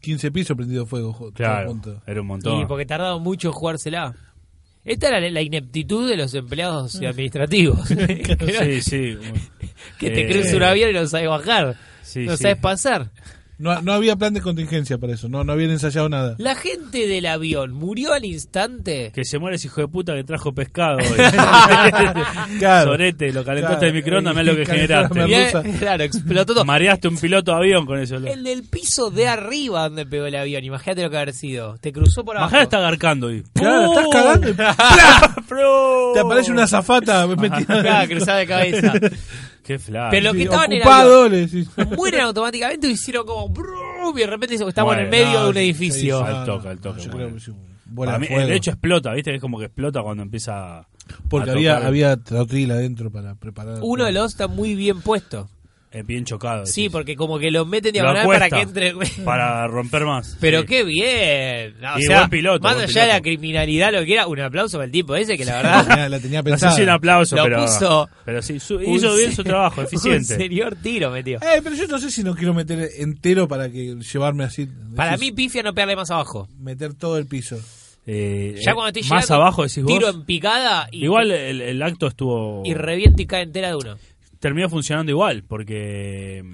C: 15 pisos prendido fuego. jo- todo
B: claro,
C: junto.
B: era un montón.
A: Y porque tardaron mucho en jugársela. Esta era la, la ineptitud de los empleados
B: [laughs]
A: administrativos. que, no- [laughs]
B: Sí, sí.
A: que te
B: Eh,
A: cruza un avión y no sabes bajar.
B: Sí,
A: no
B: sí.
A: sabes pasar.
C: No, no había plan de contingencia para eso, no, no habían ensayado nada.
A: La gente del avión murió al instante.
B: Que se muere ese hijo de puta que
A: [laughs]
B: trajo pescado.
A: Ah,
C: Claro.
B: Sorete, lo calentaste
C: [laughs] Claro,
B: el microondas, mirá lo que
C: y calentaste la
B: generaste.
A: Mirá, [laughs]
C: rusa.
A: claro, explotó todo.
B: Mareaste un piloto de avión con eso.
A: El del piso de arriba donde pegó el avión. Imagínate lo que haber sido. Te cruzó por abajo.
B: Majada está garcando ahí. ¡Oh!
C: Claro, estás
B: [laughs]
C: cagando y te aparece una zafata
B: [laughs]
A: Claro, cruzada de
C: [laughs]
A: cabeza.
B: Qué flash.
A: Pero lo que estaba en el
C: ocupado. le decís.
A: Mueren automáticamente y hicieron como. brum, Y de repente estamos en el
B: Muere,
A: medio
C: no,
A: de un
C: Ah, sí,
A: edificio.
C: sí, sí.
B: Al toque, al toque.
C: Yo
B: bueno.
C: creo que sí, bola
B: A
C: de
B: mí,
C: fuego.
B: de hecho explota, ¿viste? Es como que explota cuando empieza a-
C: Porque
B: a
C: había,
B: tocar.
C: había trotila adentro para preparar.
A: Uno de los está muy bien puesto.
B: Eh, bien chocado.
A: Sí,
B: decís.
A: porque como que lo meten
B: Lo
A: diagonal para
B: acuesta,
A: que entre. [laughs]
B: para romper más.
A: Pero
B: Sí.
A: qué bien. No, o
B: Y
A: sea,
B: buen piloto,
A: más
B: buen
A: allá de la
B: piloto.
A: criminalidad, lo que era, un aplauso para el tipo ese que la
C: La
B: [laughs]
A: verdad.
C: tenía, la tenía
B: No sé
C: pensada.
B: si un aplauso,
A: Lo
B: pero.
A: puso
B: Pero sí, su-
A: [laughs] un
B: hizo bien
A: se-
B: su
A: [laughs]
B: trabajo,
A: Un
B: eficiente.
A: señor tiro metió.
C: Eh, pero yo no sé si no quiero meter entero para que llevarme así.
A: Para mí,
C: decís,
A: pifia no pegarle más abajo.
C: Meter todo el piso.
B: Eh,
A: Ya cuando estoy
B: eh, Más
A: llegando,
B: abajo decís vos.
A: Tiro en picada y,
B: Igual el, el acto estuvo.
A: y reviento y cae entera de uno.
B: Terminó funcionando igual, porque. eh,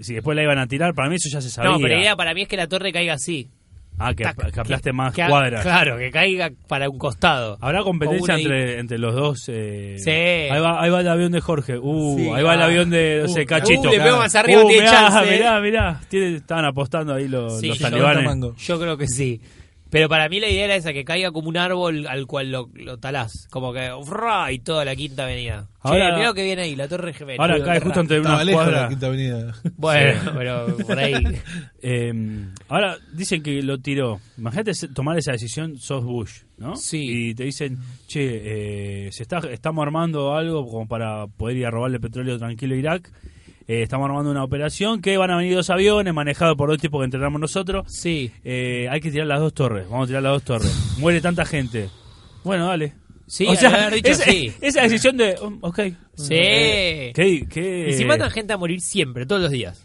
B: Si después la iban a tirar, para mí eso ya se sabía.
A: No, pero la idea para mí es que la torre caiga así.
B: ah, que,
A: Tac,
B: que aplaste más
A: que-
B: cuadras.
A: Claro, que caiga para un costado.
B: Habrá competencia
A: O una
B: entre, entre los dos. eh,
A: Sí.
B: Ahí va, ahí va el avión de Jorge. Uh,
C: Sí,
B: ahí va el
A: ah.
B: avión de no sé,
C: Uh,
B: Cachito.
A: uh, le pego más arriba, tiene
B: mirá,
A: chance.
B: Mirá, mirá. Tiene- estaban apostando ahí los,
A: Sí,
B: los
A: sí,
B: talibanes.
C: Tamango.
A: Yo creo que sí. Pero para mí la idea era esa, que caiga como un árbol al cual lo, lo talás. Como que ¡fra! y toda la quinta avenida. Ahora,
B: Ahora-
A: mirá lo que viene ahí, la torre gemela.
B: Ahora
A: Uy,
B: cae
A: la
B: justo
A: torre.
B: entre
C: Estaba
B: una
C: lejos de la
B: cuadra.
C: Quinta Avenida.
A: Bueno, pero por ahí.
B: [laughs] Eh, ahora dicen que lo tiró. Imagínate se- tomar esa decisión, sos Bush, ¿no?
A: Sí.
B: Y te dicen, che, eh, se está, estamos armando algo como para poder ir a robarle petróleo tranquilo a Irak. Eh, estamos armando una operación que van a venir dos aviones manejados por dos tipos que entrenamos nosotros.
A: Sí.
B: Eh, hay que tirar las dos torres. Vamos a tirar las dos torres. Muere tanta gente. Bueno, dale.
A: Sí,
B: O sea,
A: haber dicho
B: esa,
A: sí.
B: esa decisión de. um, ok.
A: Sí.
B: Eh, ¿Qué, qué-
A: Y si matan gente a morir siempre, todos los días.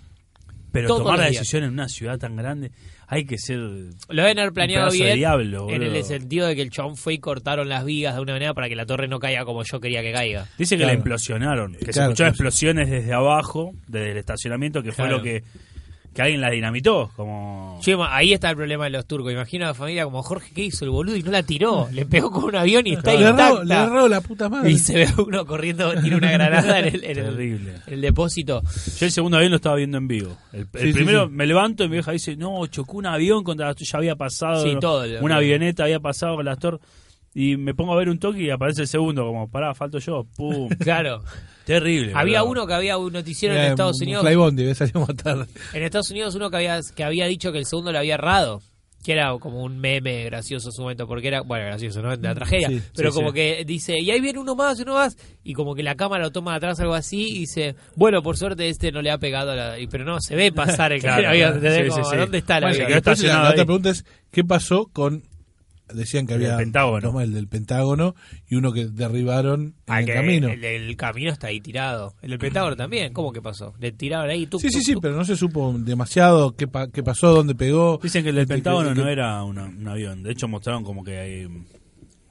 B: pero
A: todos
B: tomar
A: los
B: la
A: días.
B: decisión en una ciudad tan grande, hay que ser.
A: Lo deben haber planeado
B: pedazo de
A: bien.
B: diablo,
A: en
B: boludo.
A: el sentido de que el chabón fue y cortaron las vigas de una manera para que la torre no caiga como yo quería que caiga.
B: Dice que
C: Claro.
B: la implosionaron. Que se
C: Claro,
B: escucharon
C: claro.
B: explosiones desde abajo, desde el estacionamiento, que
A: Claro.
B: fue lo que. Que alguien la dinamitó. Como.
A: Che, ma, ahí está el problema de los turcos. Imagino a la familia como Jorge, ¿qué hizo el boludo? Y no la tiró. Le pegó con un avión y está
C: Le erró, le
A: intacta.
C: erró la puta madre. [laughs]
A: Y se ve uno corriendo, tira una granada en el, en el-
B: Terrible.
A: en el depósito.
B: Yo el segundo avión lo estaba viendo en vivo. El, el
C: Sí, sí,
B: primero
C: sí.
B: me levanto y mi vieja dice, no, chocó un avión contra las ya había pasado.
A: Sí,
B: ¿no?
A: todo el-
B: una avioneta había pasado con las torres. Y me pongo a ver un toque y aparece el segundo, como, pará, falto yo.
A: [laughs]
B: Pum. [laughs]
A: Claro.
B: Terrible.
A: había
B: boludo.
A: uno que había un noticiero
C: Era
A: en Estados
C: un
A: Unidos.
C: Flybondi, había salido a matar.
A: En Estados Unidos uno que había, que había dicho que el segundo lo había errado. Que era como un meme gracioso en su momento, porque era, bueno, gracioso, ¿no? De la tragedia.
C: Sí,
A: pero
B: sí,
A: como
B: sí.
A: que dice, y ahí viene uno más, uno más. Y como que la cámara lo toma de atrás, algo así, y dice, bueno, por suerte este no le ha pegado a la. y- Pero no, se ve pasar el
B: [laughs] Claro,
A: avión.
B: claro.
A: ¿entendés?
B: Sí, sí,
A: Como,
B: sí.
A: ¿Dónde está el
B: Bueno,
A: avión?
B: quedó
C: Después la,
B: estacionado
C: la otra
B: ahí.
C: pregunta es, ¿qué pasó con... Decían que
B: El
C: había...
B: Pentágono.
C: no, El del Pentágono y uno que derribaron en
A: Ah,
C: el
A: que
C: camino.
A: El, el camino está ahí tirado. El del Pentágono también. ¿Cómo que pasó? Le tiraron ahí. Tú,
C: Sí, sí, sí, pero no se supo demasiado qué, pa- qué pasó, dónde pegó.
B: Dicen que el del
C: Este,
B: Pentágono
C: que-
B: no era una- un avión. De hecho, mostraron como que ahí,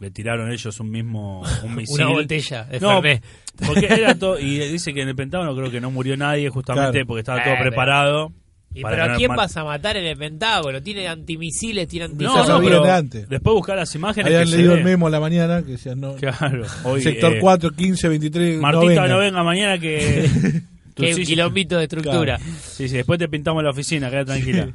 B: le tiraron ellos
A: [laughs]
B: un mismo un misil.
A: botella de
B: No,
A: Fernet.
B: porque
A: [laughs]
B: era todo. Y dice que en el Pentágono creo que no murió nadie justamente
C: Claro.
B: porque estaba
A: Eh,
B: todo
A: pero-
B: preparado.
A: Y,
B: para
A: pero
B: que
A: ¿a
B: no
A: quién
B: mat-
A: vas a matar en el Pentágono? Tiene antimisiles, tiene
B: No,
A: antitanques.
B: no,
C: sabían
B: pero
C: de antes.
B: después buscar las imágenes.
C: Habían
B: que se
C: leído el
B: ve.
C: memo a la mañana que decían, no,
B: Claro. Hoy,
C: sector
B: eh,
C: 4, 15, 23, no
B: Martita,
C: vengan.
B: no venga mañana que.
C: [laughs]
B: tu
A: Qué
B: silla-
A: quilombito de estructura.
B: Sí, sí, después te pintamos la oficina, queda tranquila.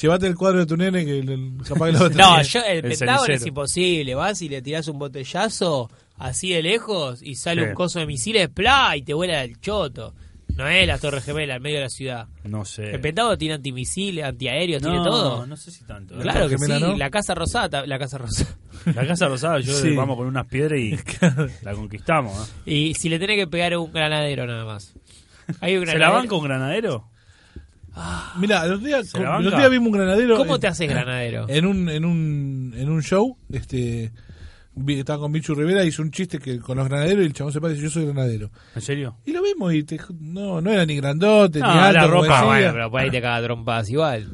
C: Llévate el cuadro de tu nene que el- el- capaz que lo va
A: [laughs] No,
C: a tener.
A: yo, el,
B: El
A: Pentágono es
B: cenicero.
A: imposible. Vas y le tirás un botellazo así de lejos y sale
B: Sí.
A: un coso de misiles, ¡plá! y te vuela el choto. No es la Torre Gemela, en medio de la ciudad.
B: No sé.
A: El Pentágono tiene antimisiles, antiaéreos,
B: no,
A: tiene todo.
B: No sé si tanto.
A: claro
C: Torre
A: que
C: Gemela,
A: sí.
C: ¿no?
A: La Casa Rosada, ta- la Casa Rosada.
B: La Casa Rosada, yo
C: Sí.
B: vamos con unas piedras
A: [laughs]
B: y la conquistamos. ¿eh?
A: Y si le tenés que pegar a un granadero nada más. Hay un
B: ¿Se la
A: granadero.
B: van con granadero?
C: Mirá, los días,
B: ¿Se la
C: los
B: banca?
C: días vimos un granadero.
A: ¿Cómo
C: en-
A: te haces granadero?
B: Eh,
C: en un, en un, en un show, este vi- estaba con Michu Rivera, hizo un chiste que con los granaderos y el chabón se parece, yo soy granadero.
B: ¿En serio?
C: Y lo vimos y te- no, no era ni grandote,
B: No,
C: ni alto,
B: la
C: como
B: ropa,
A: Ah,
C: decía.
A: bueno, pero por ahí te caga trompadas igual.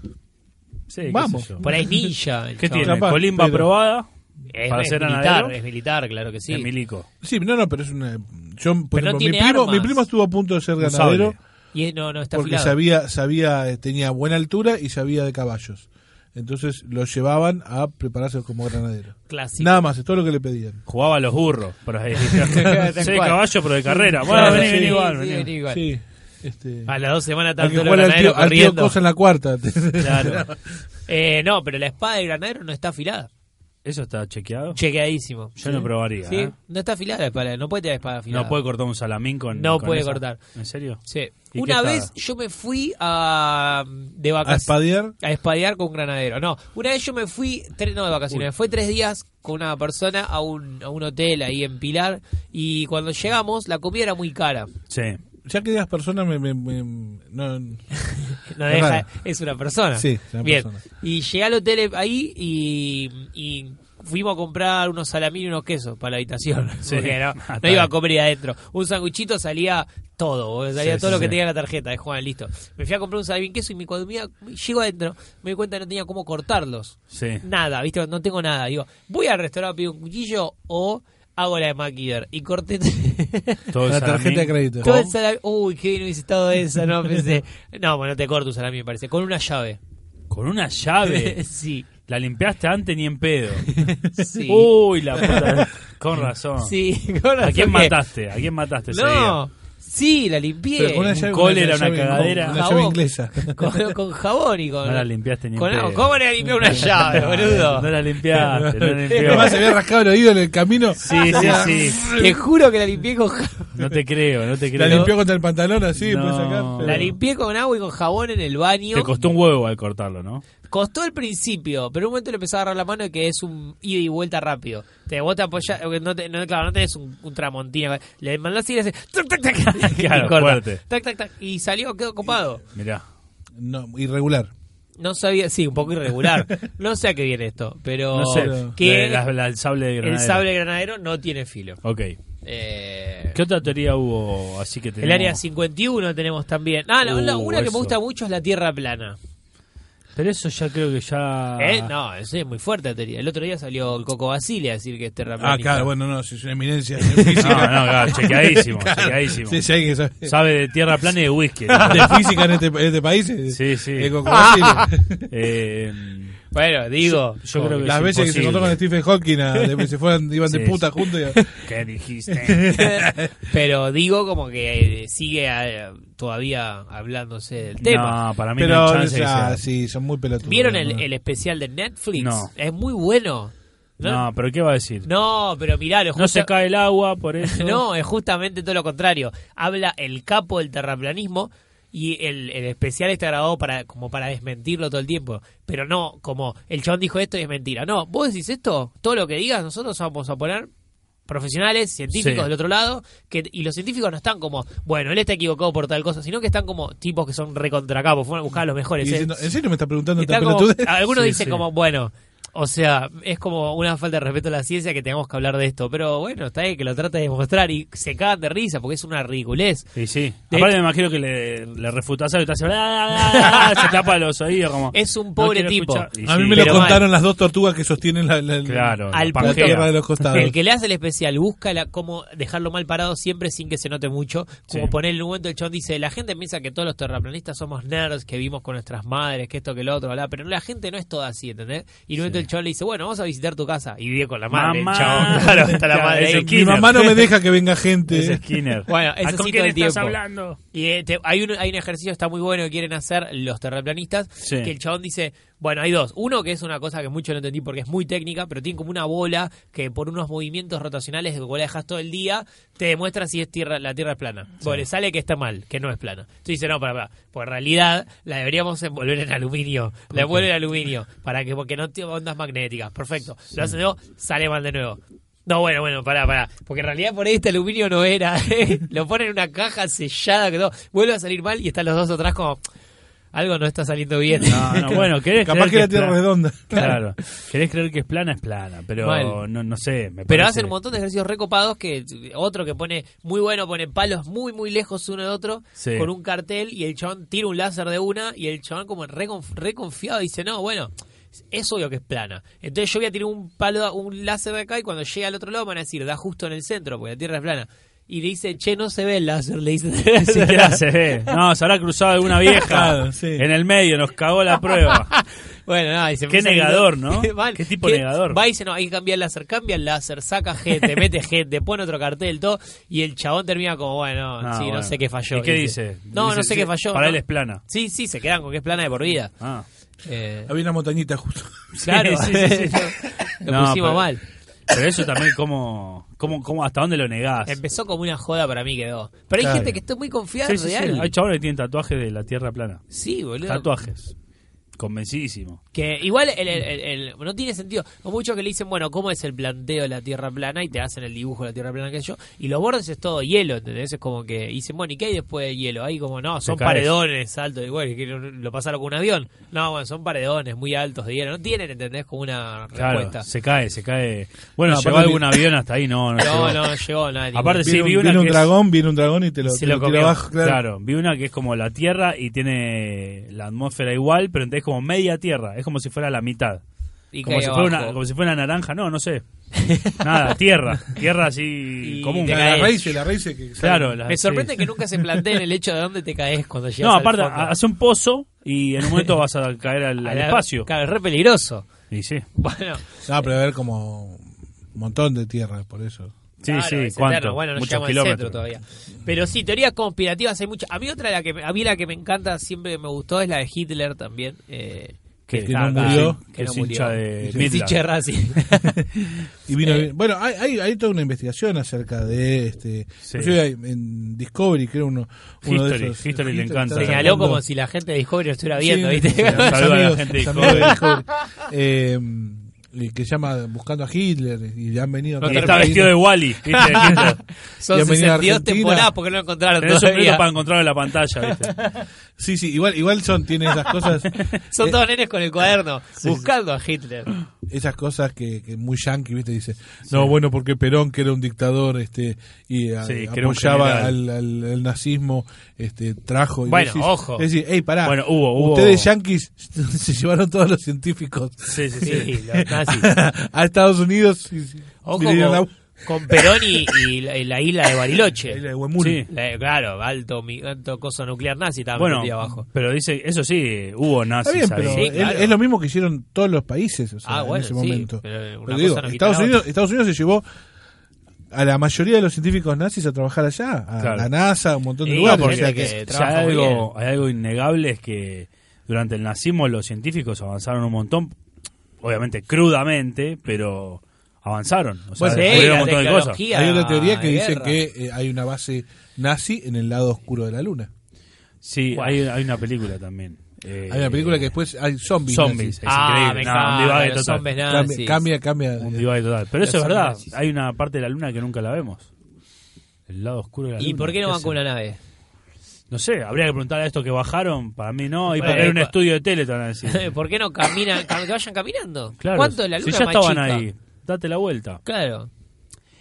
B: Sí, qué
C: Vamos.
B: sé yo.
A: Por ahí es ninja. el
B: ¿Qué
A: chabón.
B: tiene?
C: Capaz,
B: Colimba
C: pero-
B: aprobada
A: Es,
B: para
A: es
B: ser
A: militar,
B: anadero.
A: es militar, claro que sí.
B: de Milico.
C: Sí, no, no, pero es una... Yo, por
A: Pero no
C: ejemplo, mi,
A: tiene
C: primo,
A: armas.
C: mi primo estuvo a punto de ser
B: Un
C: ganadero
B: sable.
A: Y es- no, no, está
C: porque
A: afilado.
C: sabía, sabía, eh, tenía buena altura y sabía de caballos. Entonces lo llevaban a prepararse como granadero.
A: Clásico.
C: Nada más, es todo lo que le pedían.
B: Jugaba a los burros,
A: [laughs]
B: por ahí.
A: Tal
B: Soy
A: cual.
B: caballo, pero de carrera. Bueno,
A: Claro,
B: vení,
A: sí,
B: vení igual.
A: sí,
B: vení.
A: vení igual.
C: Sí, este,
A: A las dos semanas
C: hay que
A: tanto el
C: jugar al
A: granadero
C: tío, al tío
A: corriendo.
C: Cosa en
B: [laughs]
C: la cuarta.
B: Claro.
A: Eh, no, pero la espada del granadero no está afilada.
B: ¿Eso está chequeado?
A: Chequeadísimo.
B: Yo no probaría.
A: Sí,
B: ¿eh?
A: No está afilada la espada, no puede tener espada afilada.
B: No puede cortar un salamín con.
A: No
B: con
A: puede
B: eso.
A: cortar.
B: ¿En serio?
A: Sí.
B: ¿Y
A: Una
B: qué
A: vez
B: espada?
A: yo me fui a mm, de
C: a
A: vacaciones.
C: espadear.
A: A espadear con un granadero. No, una vez yo me fui, tres, no de vacaciones, me fue tres días con una persona a un, a un hotel ahí en Pilar y cuando llegamos la comida era muy cara.
B: Sí.
C: Ya que digas personas me, me- me- no,
A: No
C: Es
A: deja-
C: raro.
A: es una persona.
C: Sí, es una
A: Bien.
C: persona.
A: Y llegué al hotel ahí y, y fuimos a comprar unos salamín y unos quesos para la
C: [laughs]
A: habitación. [laughs]
B: Sí.
A: Porque no,
B: Ah,
A: no
B: está
A: iba a
B: bien.
A: comer ahí adentro. Un sanguchito salía todo, boludo, salía
B: Sí,
A: todo
B: sí,
A: lo que
B: sí.
A: tenía la tarjeta de Juan, listo. Me fui a comprar un salamín queso y mi- cuando me iba- llego adentro me di cuenta que no tenía cómo cortarlos.
B: Sí.
A: Nada, viste, no tengo nada. Digo, voy al restaurante a pedir un cuchillo o hago la de MacGyver. Y corté [laughs]
B: Todo el
C: La tarjeta
B: salamín
C: de crédito.
A: Todo el salami. Uy, qué bien hubiese estado esa,
B: [laughs]
A: no pensé. No, bueno, te corto un salami, me parece. Con una llave.
B: Con una
A: [laughs]
B: llave.
A: sí.
B: La limpiaste antes ni en pedo.
A: Sí.
B: Uy, la puta. Con razón.
A: sí, [laughs] con
B: Uh. ¿A
C: [laughs]
B: quién
A: porque-
B: mataste? ¿A quién mataste ese día?
A: No. Sí, la limpié.
C: pero con una
B: un
C: llave-
B: cólera,
C: llave-
B: una cagadera.
C: Una llave
A: Jabón.
C: inglesa.
A: [laughs] Con, con jabón y con.
B: No la limpiaste ni en
A: con
B: pedo.
A: agua. ¿Cómo le limpié
B: [laughs]
A: una llave, boludo?
B: No la limpiaste,
C: [laughs]
B: no la
C: Además se
B: limpiaste.
C: había rascado el oído en el camino.
B: Sí, sí, sí.
A: Te juro que la limpié con jabón.
B: No te creo, no te creo.
C: La limpió contra el pantalón así,
B: No.
C: puede sacar. pero-
A: La limpié con agua y con jabón en el baño.
B: Te costó un huevo al cortarlo, ¿no?
A: Costó al principio, pero en un momento le empezó a agarrar la mano y que es un ida y vuelta rápido. Te, vos te apoyás, eh, no, te- no, claro, no tenés un, un tramontina. Le mandás y le haces tac, tac,
B: [laughs]
A: tac,
B: Claro,
A: y corta.
B: fuerte.
A: Tac, tac, tac, y salió, quedó copado.
B: Mirá.
C: No, irregular.
A: No sabía, sí, un poco
B: [laughs]
A: irregular. No sé a qué viene esto, pero
B: No sé.
A: que
B: la- la- el sable de
A: el
B: granadero.
A: sable granadero no tiene filo.
B: Ok.
A: Eh,
B: ¿Qué otra teoría hubo así que
A: el
B: tenemos?
A: área 51 tenemos también. Ah, la- la-
B: Uh,
A: una que me
B: eso.
A: gusta mucho es la tierra plana.
B: Pero eso ya creo que ya...
A: Eh, No, eso es muy fuerte la teoría. El otro día salió el Coco Basile a decir que es tierra plana.
C: Ah, claro, bueno, no, si es una eminencia.
B: No, no,
C: [laughs]
B: claro, chequeadísimo, chequeadísimo.
C: Sí, sí, hay que saber.
B: Sabe de tierra plana y de whisky.
C: [laughs] De física en este, en este país. es-
B: Sí, sí.
C: es
B: [laughs]
C: como Brasil.
B: Eh,
A: Bueno, digo,
B: Yo- yo creo que-
C: Oh, Las
B: es
C: veces que se
B: imposible.
C: encontró con Stephen
B: [laughs]
C: Hawking, a- de- se fueron, iban de
B: Sí,
C: puta
B: sí.
C: juntos. y-
B: [laughs] ¿Qué dijiste?
A: pero digo como que eh, sigue eh, todavía hablándose del tema.
B: No, para mí
C: Pero,
B: no hay
C: o
B: chance que
C: sea,
B: sea.
C: sí, son muy pelotudos.
A: ¿Vieron el,
C: ¿no?
A: el especial de Netflix?
B: No.
A: Es muy bueno. No,
B: No, pero ¿qué va a decir?
A: no, pero mirá, lo
B: No
A: justo-
B: se cae el agua por
A: [laughs]
B: eso.
C: [laughs]
A: No, es justamente todo lo contrario. Habla el capo del terraplanismo y el, el especial está grabado para como para desmentirlo todo el tiempo. Pero no como el chabón dijo esto y es mentira. No, vos decís esto, todo lo que digas, nosotros vamos a poner profesionales, científicos
B: Sí.
A: del otro lado, que, y los científicos no están como, bueno, él está equivocado por tal cosa, sino que están como tipos que son recontracapos, fueron a buscar a los
C: Y
A: mejores. ¿eh?
C: diciendo, ¿En serio me está preguntando
A: Está
C: esta
A: como- [laughs] Ah,
C: pelotudez?
A: algunos
B: Sí,
A: dicen
B: sí.
A: como, bueno, o sea, es como una falta de respeto a la ciencia que tengamos que hablar de esto, pero bueno, está ahí que lo trata de demostrar y se cagan de risa porque es una ridiculez.
B: Sí, sí.
A: De
B: Aparte
A: hecho-
B: me imagino que le, le refutas algo y te hace... "Ah, "Bla, bla, bla", ah, se tapa los oídos como...
A: Es un pobre
B: quiero
A: tipo.
B: escuchar. Y
C: A mí
B: sí,
C: me lo
A: pero mal.
C: contaron las dos tortugas que sostienen la, la- la-
B: Claro,
A: Al
B: la
C: la
A: punto-
B: pangea.
C: tierra de los costados.
A: El que le hace el especial busca la- cómo dejarlo mal parado siempre sin que se note mucho. Como
B: Sí.
A: poner en un momento el chon dice, la gente piensa que todos los terraplanistas somos nerds, que vimos con nuestras madres, que esto, que lo otro, bla, pero la gente no es toda así, ¿entendés? Y en un momento el chon le dice, bueno, vamos a visitar tu casa. Y vive con la madre, el
B: Mamá.
A: chabón. [laughs] Claro, está la
B: Claro,
A: madre.
B: ese
A: ahí.
B: kid.
C: Mi mamá no me deja que venga gente.
B: Es Skinner.
A: [laughs] Bueno,
B: ¿A
A: eso
B: Ah, con
A: sí
B: quién
A: todo el
B: estás
A: tiempo.
B: hablando?
A: Y eh, te- hay, un, hay un ejercicio que está muy bueno que quieren hacer los terraplanistas,
B: Sí.
A: que el chabón dice, bueno, hay dos. Uno que es una cosa que mucho no entendí porque es muy técnica, pero tiene como una bola que por unos movimientos rotacionales que vos la dejas todo el día, te demuestra si es tierra, la Tierra es plana. Bueno, le sale que está mal, que no es plana. Entonces dice, no, para, para, pues en realidad la deberíamos envolver en aluminio. La envuelve en aluminio, para que porque no tiene ondas magnéticas. Perfecto. Lo hace de nuevo, sale mal de nuevo. No, bueno, bueno, pará, pará. Porque en realidad por ahí este aluminio no [laughs] era. ¿eh? Lo ponen en una caja sellada que todo. Vuelve a salir mal y están los dos atrás como. Algo no está saliendo bien.
B: No, no, bueno, querés
C: Capaz
B: creer
C: que la
B: es
C: Tierra es
B: plana.
C: redonda.
B: Claro. Querés creer que es plana, es plana. Pero
A: Mal.
B: no, no sé. me
A: Pero
B: parece-
A: hacen un montón de ejercicios recopados que otro que pone muy bueno, pone palos muy muy lejos uno de otro
B: Sí.
A: con un cartel y el chabón tira un láser de una y el chabón como reconf- reconfiado dice, no, bueno, es obvio que es plana. Entonces yo voy a tirar un palo, un láser de acá y cuando llega al otro lado van a decir, da justo en el centro porque la Tierra es plana. Y le dice, che, no se ve el láser, le dice.
B: Ni siquiera
A: [laughs]
B: se ve. No, se habrá cruzado alguna vieja
C: Claro, sí.
B: en el medio, nos cagó
A: [laughs]
B: la prueba.
A: Bueno, nada, y se
B: Qué
A: empieza a
B: negador,
A: [laughs] gritar.
B: ¿no?
A: Mal.
B: Qué tipo
A: Que
B: negador.
A: Va y dice, no, hay que cambiar el láser. Cambia el láser, saca
B: [laughs]
A: gente, mete gente, pone otro cartel, todo. Y el chabón termina como, bueno,
B: Ah,
A: sí,
B: bueno.
A: no sé qué falló.
B: ¿Y qué dice?
A: No,
B: Dice,
A: no sé
B: sí,
A: qué falló.
B: Para
A: ¿no?
B: él es plana.
A: Sí, sí, se quedan con que es plana de por
B: [laughs]
A: vida.
B: Ah.
A: Eh,
C: [laughs] Había una montañita justo.
A: claro, [laughs]
B: sí, sí, sí.
A: lo
B: No,
A: pusimos
B: pero-
A: mal.
B: Pero eso también, ¿cómo, cómo, cómo, ¿hasta dónde lo negás?
A: Empezó como una joda para mí quedó. Pero hay
C: Claro.
A: gente que está muy confiada
B: Sí,
A: en
B: sí, sí.
A: real.
B: Hay chabones que tienen tatuajes de la tierra plana.
A: Sí, boludo.
B: Tatuajes. Convencidísimo.
A: Que igual el- el- el- el- no tiene sentido. O muchos que le dicen, bueno, ¿cómo es el planteo de la Tierra plana? Y te hacen el dibujo de la Tierra plana, que yo. Y los bordes es todo hielo, ¿entendés? Es como que dicen, bueno, ¿y qué hay después del hielo? Ahí como, no, son
B: caes.
A: paredones altos. Y bueno, es que lo, lo pasaron con un avión. No, bueno, son paredones muy altos de hielo. No tienen, ¿entendés? Como una
B: Claro,
A: respuesta.
B: se cae, se cae. Bueno,
C: No,
B: llegó
C: aparte-
B: algún avión hasta ahí, no, no,
A: No,
B: llegó.
A: no, no llegó nadie.
B: Aparte, Sí,
C: Viene un,
B: vi una
C: viene un
B: que es-
C: dragón, viene un dragón y te lo,
B: Se
C: te
B: lo
C: lo tira
B: comió.
C: abajo.
B: claro.
C: Claro.
B: vi una que es como la tierra y tiene la atmósfera igual, pero es como media tierra, es como si fuera la mitad.
A: Y
B: como,
A: cae
B: si fuera una,
A: abajo.
B: como si fuera una naranja, no,
A: [laughs]
B: no sé. Nada, tierra, tierra así
A: Y
B: común.
A: te
C: La,
A: caes.
B: Claro,
C: la raíz, la raíz que
B: claro, la-
A: Me sorprende
B: sí.
A: que nunca se planteen el hecho de dónde te caes cuando llegas
B: No,
A: al
B: aparte,
A: fondo.
B: hace un pozo y en un momento vas a caer
A: [laughs]
B: al,
A: A
B: al
A: la-
B: espacio.
A: Claro, es re peligroso.
B: Y sí.
A: Bueno.
C: No, pero a ver como un montón de tierra, por eso.
B: Sí,
A: Claro,
B: sí,
A: es
B: ¿cuánto?
A: eterno. Bueno, no
B: Muchos
A: llegamos al centro
B: kilómetros.
A: todavía. Pero sí, teorías conspirativas hay muchas. A mí otra, de la que, me- a mí la que me encanta, siempre me gustó, es la de Hitler también. eh,
C: Que no murió.
B: que es hincha de
A: Es
B: Midland.
A: hincha de
B: [laughs]
A: Racing.
C: Y vino
A: Eh.
C: bien. Bueno, hay, hay, hay toda una investigación acerca de este.
B: Sí.
C: inclusive hay- en Discovery, creo uno, uno
B: History,
C: de esos.
B: History le
C: está
B: encanta.
A: Señaló
C: sacando-
A: como si la gente de Discovery lo estuviera viendo,
C: Sí, sí,
A: ¿viste?
C: los
B: Saluda a la
C: amigos-
B: gente de
C: los amigos de Discovery. Eh, y que se llama Buscando a Hitler y han venido
A: No
B: Y
C: acá
B: está
C: a
B: vestido de Wally.
A: [laughs]
B: ¿viste?
A: [laughs] Son
C: Bienvenido a
A: 62
C: Argentina.
A: temporadas porque no lo encontraron
B: Tenés un minuto
A: todavía.
B: para encontrarlo en la
A: [laughs]
B: pantalla. ¿viste?
C: Sí, sí, igual, igual son, tiene esas cosas, Eh,
A: Son todos nenes con el cuaderno, buscando a Hitler.
C: esas cosas que, que muy yankee, viste, dice, no, bueno, porque Perón, que era un dictador, este, y a-
B: Sí, que era un
C: apoyaba
B: general.
C: al, al- al nazismo, este, trajo. Y
A: Bueno, ojo.
C: Es decir, hey, pará.
B: Bueno, hubo, hubo-
C: Ustedes yankees [laughs] se llevaron todos los científicos
B: Sí, sí, sí.
A: Sí, los nazis.
C: [laughs] a Estados Unidos. y- y
A: Ojo
C: le dieron la-
A: con, con Perón y, y la, y la isla de Bariloche.
C: la isla de Huemul.
B: Sí.
A: La- claro, alto, mi- alto coso nuclear nazi estaba
B: Bueno,
A: metido abajo.
B: pero dice, eso sí, hubo
C: Está
B: nazis
C: bien,
B: ahí.
C: pero eh,
A: Sí,
C: es-
A: claro.
C: es, lo mismo que hicieron todos los países o sea,
A: Ah, bueno,
C: en ese
A: sí,
C: momento.
A: pero una
C: Pero
A: cosa
C: digo,
A: no quita
C: Estados,
A: la
C: Unidos, Estados Unidos se llevó a la mayoría de los científicos nazis a trabajar allá, a
B: Claro.
C: la NASA, a un montón de
A: Sí,
C: lugares.
A: porque
C: o sea,
A: que-
C: que-
B: O sea,
A: eh, trabaja
B: hay,
A: muy
B: algo, hay algo innegable es que durante el nazismo los científicos avanzaron un montón, obviamente crudamente, pero avanzaron. O sea,
C: Bueno,
B: descubrieron
A: sí, la
B: un montón de cosas.
A: tecnología.
C: hay otra teoría que
A: de
C: dice
A: guerra.
C: que eh, hay una base nazi en el lado oscuro de la luna.
B: Sí,
A: Guau.
B: hay, hay una película también. Eh,
C: Hay una película que después hay zombies.
B: Zombies.
C: nazis.
B: Es
A: ah, me
B: increíble. No,
A: encanta,
B: un divague
A: los
B: total.
A: hombres
C: Cambia,
A: nazis.
C: cambia, cambia.
B: Un divague total. Pero eso
A: Los
B: es verdad.
A: nazis.
B: Hay una parte de la luna que nunca la vemos. El lado oscuro de la luna.
A: ¿Y por qué no van
B: hacen?
A: con una nave?
B: No sé, habría que preguntar a estos que bajaron. Para mí no. Y
A: Bueno, eh,
B: para era un
A: cua-
B: estudio de tele, te van a decir.
A: [laughs] ¿Por qué no caminan, cam- que vayan caminando?
B: Claro.
A: ¿Cuánto de la luna
B: si ya
A: más
B: estaban
A: chica?
B: ahí, date la vuelta.
A: Claro.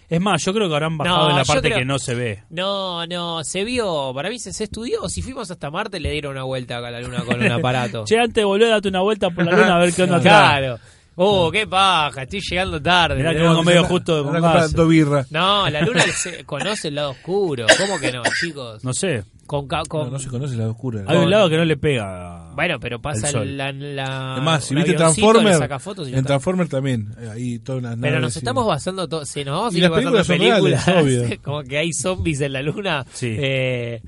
B: Es más, yo creo que habrán bajado
A: No,
B: en la
A: yo
B: parte
A: creo-
B: que no se ve.
A: No, no, se vio, para mí se, se estudió. Si fuimos hasta Marte, le dieron una vuelta acá a la luna con
B: [laughs]
A: un aparato.
B: Che, antes de volver, date una vuelta por la luna a ver
A: [laughs]
B: qué onda atrás.
A: claro. Oh, qué paja, estoy llegando tarde.
B: Mirá que
A: ¿no?
B: vengo medio justo de
C: Ahora
B: con
C: compra
B: gas.
C: dos birras.
A: No, la luna se conoce el lado oscuro. ¿Cómo que no, chicos?
B: No sé,
A: Con, ca-
C: No,
A: con-
C: no se conoce el lado oscuro. de la
B: hay un
C: luna.
B: lado que no le pega.
A: Bueno, pero pasa
B: El sol.
A: la, la.
C: Además, si
A: un
C: viste
A: avioncito,
C: Transformers,
A: le saca fotos y ya
C: en
A: está.
C: Transformers también. eh, Ahí toda una
A: Pero
C: nave
A: nos
C: así.
A: estamos basando todo. Si nos vamos a
C: Y
A: ir
C: las
A: basando en películas,
C: películas son reales, obvio.
A: [laughs] como que hay zombies en la luna.
B: Sí.
A: eh,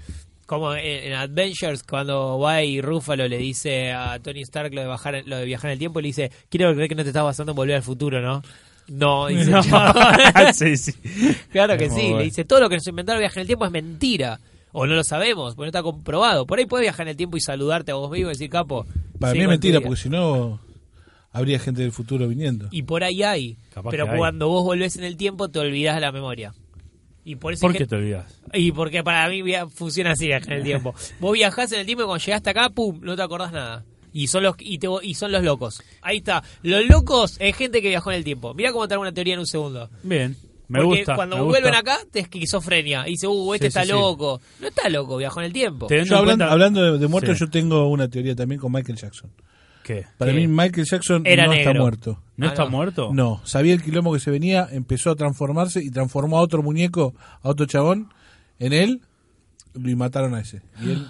A: como en, en Adventures, cuando va y Rúfalo le dice a Tony Stark lo de, bajar, lo de viajar en el tiempo, le dice: Quiero creer que no te estás basando en volver al futuro, ¿no? No,
B: [laughs]
C: [laughs]
A: dice el chabón. [laughs]
B: sí, sí.
A: Claro que
B: Es muy
A: sí,
B: bueno.
A: le dice, todo lo que nos inventaron viaje en el tiempo es mentira. O no lo sabemos, porque no está comprobado. Por ahí puedes viajar en el tiempo y saludarte a vos mismo y decir, capo.
C: Para
A: sí,
C: mí es
A: con
C: mentira,
A: tu día".
C: porque si no habría gente del futuro viniendo.
A: Y por ahí hay.
B: Capaz
A: pero
B: que hay.
A: cuando vos volvés en el tiempo te olvidás de la memoria. Y por eso
B: ¿Por
A: es
B: qué
A: que-
B: te olvidas?
A: Y porque para mí via- funciona así viajar en el
B: [laughs]
A: tiempo. Vos viajás en el tiempo y cuando llegaste acá, pum, no te acordás nada. Y son los y te- y son los locos. Ahí está. Los locos es gente que viajó en el tiempo. Mira cómo te hago una teoría en un segundo.
B: Bien, me
A: Porque
B: gusta.
A: cuando
B: me gusta.
A: vuelven acá, te esquizofrenia. Y dice, uh, este
B: Sí,
A: está
B: sí, sí.
A: loco. No está loco, viajó en el tiempo.
B: Teniendo
C: Yo
B: en
C: hablando,
B: cuenta-
C: hablando de, de muertos,
B: Sí.
C: yo tengo una teoría también con Michael Jackson.
B: ¿Qué?
C: Para
A: Sí.
C: mí Michael Jackson
A: Era
C: no está
A: negro.
C: muerto.
B: ¿No
A: Ah,
B: está
A: no.
B: muerto?
C: No, sabía el quilombo que se venía, empezó a transformarse y transformó a otro muñeco, a otro chabón, en él y mataron a ese. Y él,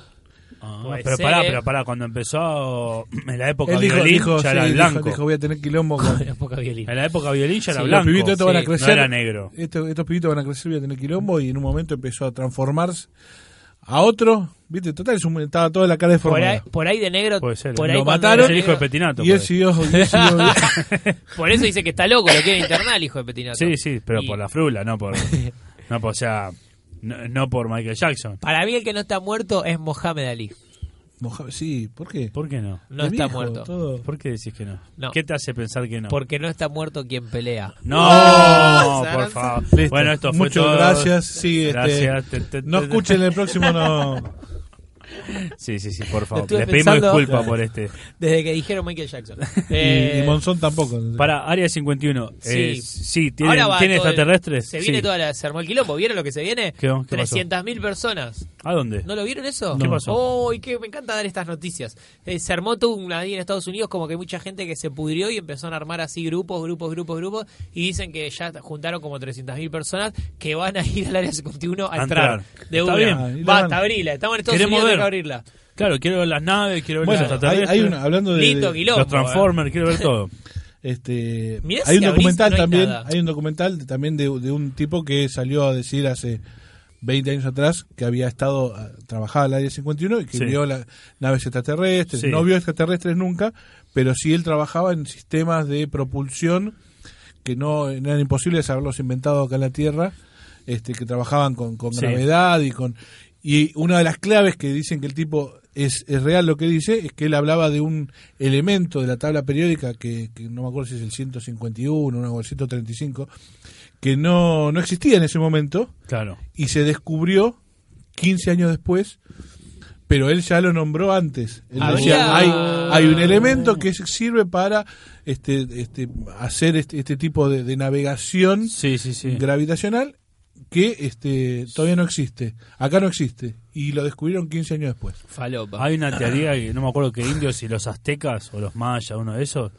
B: Ah,
A: Puede
B: pero
A: ser.
B: pará, pero pará, cuando empezó en la época
C: él dijo,
B: violín
C: dijo,
B: ya
C: sí,
B: era
C: dijo-
B: blanco.
C: dijo, voy a tener
B: [laughs]
C: quilombo con...
A: Era poca violín.
B: En la época violín ya era
A: Sí,
C: Los
B: blanco.
C: pibitos estos van a
A: sí,
C: crecer.
B: No era negro.
C: Estos, estos pibitos van a crecer, voy a tener quilombo y en un momento empezó a transformarse a otro. Viste, total, es un- estaba toda la cara
A: Por
C: deformada.
A: ahí, por ahí de negro.
B: Puede ser.
A: Por ahí
B: Lo
A: cuando
C: mataron.
B: Es
A: de
B: el hijo de
A: negro-
B: Petinato.
C: Y él
B: parece.
C: siguió, y él siguió-
B: [laughs]
A: Por eso dice que está loco, lo quiere internar el hijo de Petinato.
B: Sí, sí, pero
A: Y
B: por la frula, no
A: [laughs]
B: por. no por, o sea. No, no por Michael Jackson.
A: Para mí el que no está muerto es Mohamed Ali.
C: Mohamed, sí, ¿por qué?
B: ¿Por qué no?
A: No
C: De
A: está
C: viejo,
A: muerto.
C: todo.
B: ¿Por qué decís que no?
A: No.
B: ¿Qué te hace pensar que no?
A: Porque no está muerto quien pelea.
B: No, por favor.
C: Listo.
B: Bueno, esto fue
C: Muchas
B: todo.
C: gracias. Sí, este,
B: Gracias. Te- te-
C: no
B: te-
C: escuchen el próximo,
B: [laughs]
C: no.
B: Sí, sí, sí, por favor.
A: Estuve
B: Les pedimos
A: pensando-
B: disculpas por este.
A: Desde que dijeron Michael
B: [laughs]
A: Jackson.
C: Y,
A: Eh,
C: y Monzón tampoco.
B: Para Área 51. eh,
A: Sí.
B: sí, ¿tienen,
A: ahora va
B: ¿tienen
A: todo el-
B: extraterrestres?
A: Se viene
B: Sí.
A: toda la, se armó el quilombo. ¿Vieron lo que se viene?
B: ¿Qué- qué pasó?
A: 300.000 personas.
B: ¿A dónde?
A: ¿No lo vieron eso?
B: ¿Qué pasó?
A: Oh, y que me encanta dar estas noticias. Eh, se armó todo una ahí en Estados Unidos como que hay mucha gente que se pudrió y empezaron a armar así grupos, grupos, grupos, grupos y dicen que ya juntaron como 300.000 personas que van a ir al área 51 a
B: A
A: entrar.
B: entrar.
A: De
B: Está
A: una.
B: bien.
C: Y la van-
A: Basta, abrirla. Estamos en Estados
B: Queremos
A: Unidos, hay
B: ver.
A: que abrirla.
B: Claro, quiero ver las naves, quiero ver los
C: bueno, hay,
B: extraterrestres.
C: hay una- hablando de,
A: Lindo
C: de-
A: quilombo. eh.
B: los Transformers, quiero ver
A: [laughs]
B: todo.
C: este,
A: Mirá
C: hay
A: si
C: un
A: abrís,
C: documental
A: no hay
C: también,
A: nada.
C: hay un documental de- también de, de un tipo que salió a decir hace 20 años atrás que había estado ah, trabajaba en el área 51 y que
B: Sí.
C: vio las naves extraterrestres,
B: Sí.
C: no vio extraterrestres nunca, pero sí él trabajaba en sistemas de propulsión que no eran imposibles haberlos inventado acá en la Tierra, este, que trabajaban con, con
B: Sí.
C: gravedad y con y una de las claves que dicen que el tipo es, es real lo que dice es que él hablaba de un elemento de la tabla periódica que, que no me acuerdo si es el 151 no, o el 135 que no, no existía en ese momento
B: Claro.
C: y se descubrió 15 años después, pero él ya lo nombró antes. Él
B: Ah,
A: Había-
C: decía, hay, hay un elemento que sirve para este, este, hacer este, este tipo de, de navegación
B: Sí, sí, sí.
C: gravitacional que este, todavía no existe. Acá no existe. Y lo descubrieron 15 años después.
A: Falopa.
B: Hay una teoría, que no me acuerdo que indios y los aztecas o los mayas, uno de esos,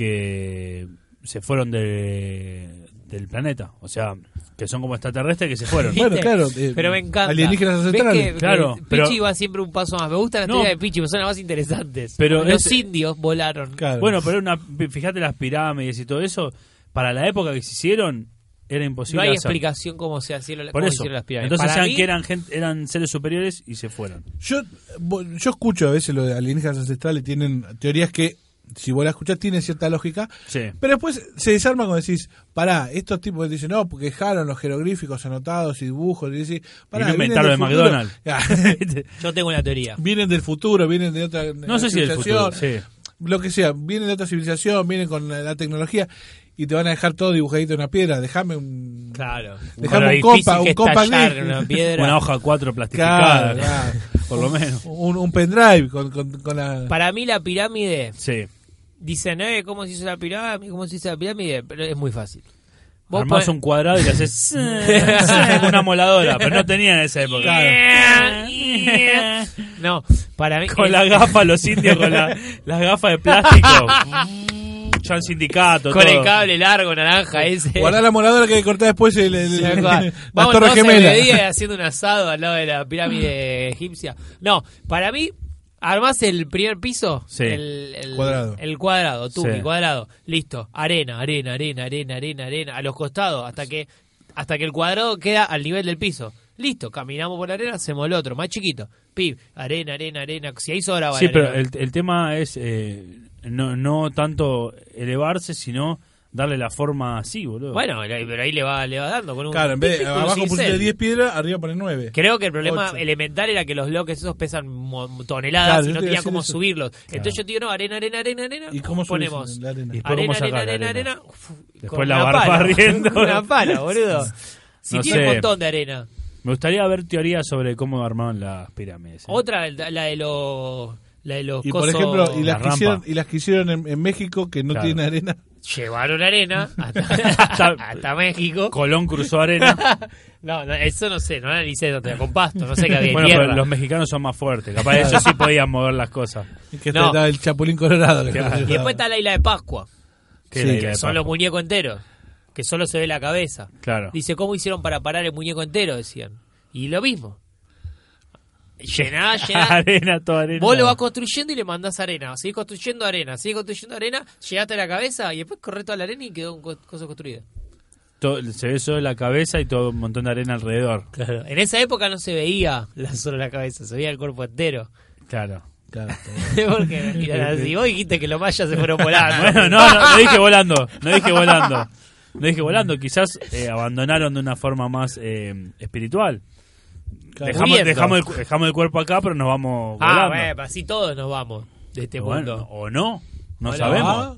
B: que se fueron de, del planeta. O sea, que son como extraterrestres que
A: [laughs]
B: se fueron.
A: ¿Viste?
C: Bueno, claro, eh,
A: pero me encanta.
C: alienígenas
A: ¿Ves
C: ancestrales?
A: que-
B: Claro,
A: que
B: pero-
A: Pichi va siempre un paso más. Me gustan las
B: No.
A: teorías de Pichi, porque son las más interesantes.
B: Pero
A: los
B: este-
A: indios volaron.
C: Claro.
B: Bueno, pero una, fíjate las pirámides y todo eso, para la época que se hicieron, era
A: no
B: imposible
A: hay
B: hacer.
A: explicación cómo se hacían,
B: Por
A: cómo
B: eso.
A: hicieron las pirámides.
B: Entonces
A: Para
B: decían
A: mí-
B: que eran, gente, eran seres superiores y se fueron.
C: Yo, bo- yo escucho a veces lo de alienígenas ancestrales, tienen teorías que, si vos las escuchás, tienen cierta lógica,
B: Sí.
C: pero después se desarma cuando decís, pará, estos tipos dicen, no, porque dejaron los jeroglíficos anotados y dibujos, y decís, pará,
B: Y no
C: vienen
B: inventaron
C: del
B: de
C: futuro". [laughs]
B: McDonald's. [laughs]
C: Ah,
A: Yo tengo una teoría.
C: vienen del futuro, vienen de otra
B: No sé si del
C: civilización,
B: futuro, sí.
C: Lo que sea, vienen de otra civilización, vienen con la, la tecnología y te van a dejar todo dibujadito en una piedra. Dejame un.
A: Claro.
C: Dejame un
B: difícil
C: compa, un compa
A: estallar
C: gris.
A: una piedra.
B: Una hoja cuatro plastificada,
C: Claro, claro.
B: [laughs] por lo menos.
C: Un, un pendrive con, con, con la.
A: Para mí la pirámide,
B: Sí.
A: dicen, eh, ¿cómo se hizo la pirámide? ¿Cómo se hizo la pirámide? Pero es muy fácil. Vos
B: Armás
A: ponés-
B: un cuadrado y
A: [laughs]
B: le haces [laughs] como una moladora, pero no tenían en esa época.
A: Yeah, yeah. No, para mí...
B: Con
A: es-
B: la gafa, los indios con la, las gafas de plástico. ya el sindicato,
A: con
B: todo.
A: el cable largo, naranja ese.
C: [laughs] Guardá la moradora que hay que cortar después el, el-
A: Sí,
C: el-
A: cual.
C: [laughs] la
A: Vamos
C: Torre
A: entonces
C: Gemela.
A: de día haciendo un asado al lado de la pirámide egipcia. No, para mí, armás el primer piso,
B: Sí.
A: el, el-
C: Cuadrado.
A: el cuadrado, tú,
B: Sí.
A: cuadrado, listo, arena, arena, arena, arena, arena, arena, a los costados, hasta que, hasta que el cuadrado queda al nivel del piso. Listo, caminamos por la arena, hacemos el otro, más chiquito. Pib, arena, arena, arena. Si ahí sobraba
B: Sí,
A: la
B: pero
A: arena.
B: el, el tema es eh, no, no tanto elevarse, sino darle la forma así, boludo.
A: Bueno, el- pero ahí le va, le va dando con un.
C: [laughs] Claro, en vez de,
A: con un
C: abajo pusiste
A: cincel.
C: 10 piedras, arriba pones 9.
A: Creo que el problema
C: Ocho.
A: elemental era que los bloques esos pesan mo- toneladas
C: Claro, yo
A: y no
C: te iba a
A: tenía
C: decir
A: cómo
C: eso.
A: subirlos. Entonces yo te digo, no, arena, arena, arena, arena.
C: ¿Y cómo subís
A: ponemos?
C: en la arena?
B: Y después
A: Arena,
B: cómo sacás
A: arena, arena,
B: la arena.
A: arena. Uf,
B: Después
A: con
B: la
A: [laughs] una
B: barba
A: pala,
B: riendo.
A: con una pala, boludo. Si
B: No
A: tiene
B: sé.
A: un montón de arena.
B: Me gustaría ver teorías sobre cómo armaron las pirámides. ¿eh?
A: Otra, la la de los. La de los
C: Y por
A: cosos-
C: ejemplo, y
B: la rampa.
C: las, que hicieron, y las que hicieron en, en México que no
B: Claro.
C: tienen arena. [laughs]
A: Llevaron arena
B: [laughs]
A: hasta,
B: Hasta-
A: [laughs] hasta México.
B: Colón
A: [laughs]
B: cruzó arena.
A: No, no, eso no sé, no analicé no te con pasto, no sé qué había
B: bueno,
A: tierra.
B: pero los mexicanos son más fuertes. Capaz ellos sí podían mover las cosas.
C: Que
A: No.
C: está el Chapulín Colorado. que
B: Claro.
C: está-
A: Y después está la isla de Pascua,
B: Que
C: Sí,
B: la
C: que
B: idea de
A: son
B: Paco.
A: los muñecos enteros, que solo se ve la cabeza.
B: Claro. [laughs]
A: Dice, ¿cómo hicieron para parar el muñeco entero? Decían. Y lo mismo.
B: [laughs]
A: Llená, llená.
B: arena, toda arena.
A: ah, Vos lo vas construyendo y le mandás arena. Seguís construyendo arena, seguís construyendo arena, llegaste a la cabeza y después corres toda la arena y quedó un co- cosa construida.
B: Todo- se ve solo la cabeza y todo un montón de arena alrededor.
A: En esa época no se veía la, solo la cabeza, se veía el cuerpo entero. [laughs]
B: Claro.
C: Claro, está bien.
A: Porque
B: [laughs]
A: mira, si vos dijiste que los mayas se fueron volando. Ah,
B: Bueno, no, no, no dije volando. No dije volando. No dije volando. Quizás eh, abandonaron de una forma más eh, espiritual.
C: Claro.
B: Dejamos,
A: Muriendo.
B: dejamos, el, cu- dejamos el cuerpo acá, pero nos vamos
A: Ah,
B: volando.
A: bueno, así todos nos vamos de este
B: Bueno,
A: mundo.
B: o no. No
A: Hola.
B: sabemos.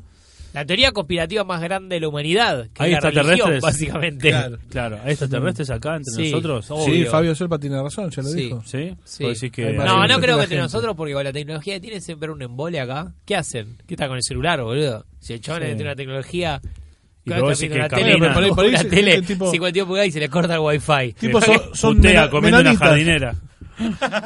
A: La teoría conspirativa más grande de la humanidad, que
B: Hay
A: es la religión,
B: extraterrestres.
A: básicamente. Mm.
C: Claro.
B: Claro, hay extraterrestres acá entre
A: Sí.
B: nosotros.
A: Obvio.
C: Sí, Fabio Serpa tiene razón, ya lo
A: Sí.
C: dijo.
B: ¿Sí?
A: Sí.
B: Vos decís que-
C: Hay más
A: No,
C: Para
A: no
C: que
A: creo
C: la
A: que entre
C: gente.
A: nosotros, porque con la tecnología que tienen siempre un embole acá. ¿Qué hacen? ¿Qué está con el celular, boludo? Si el chabón
B: Sí.
A: tiene una tecnología...
B: Y
A: claro,
B: vos
A: está
B: decís
A: viendo
B: que
A: una
B: camina.
A: tele,
C: Pero por ahí- por ahí
A: una
C: se-
A: tele
C: este tipo-
A: 52 pulgadas y se le corta el wifi.
B: [laughs]
C: Tipo, son, son
B: Putea
C: mena-
B: comiendo una
C: menonitas.
B: jardinera.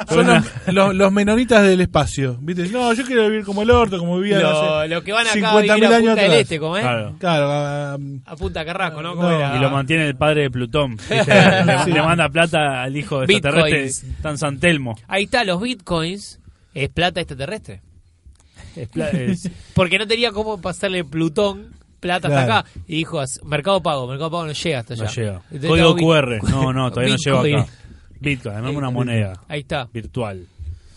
C: Son los, los- los menonitas del espacio. ¿Viste? No, yo quiero vivir como el orto, como vivían
A: Lo,
C: hace
A: lo que van acá a
C: 50.000
A: vivir a
C: años
A: Punta del
C: atrás.
A: Este, ¿cómo es?
B: Claro.
C: Claro, ah,
A: A Punta Carrasco, ¿no?
C: No,
A: ¿Cómo era?
B: Y lo mantiene el padre
A: [laughs]
B: de Plutón. ¿viste? le,
C: Sí.
B: le manda plata al hijo de extraterrestre.
A: Bitcoins.
B: Tan San Telmo.
A: Ahí está, los bitcoins es plata extraterrestre.
B: Es pla- es-
A: Porque no tenía cómo pasarle Plutón plata
C: Claro.
A: hasta acá. Y dijo, "As- Mercado Pago, Mercado Pago no llega hasta
B: no
A: allá.
B: llega.
A: Entonces,
B: Código
A: estamos bit-
B: QR.
A: [laughs]
B: No, no, todavía
A: Bitcoin.
B: no
A: Eh,
B: llego acá. Bitcoin, además una moneda
A: Ahí está.
B: virtual.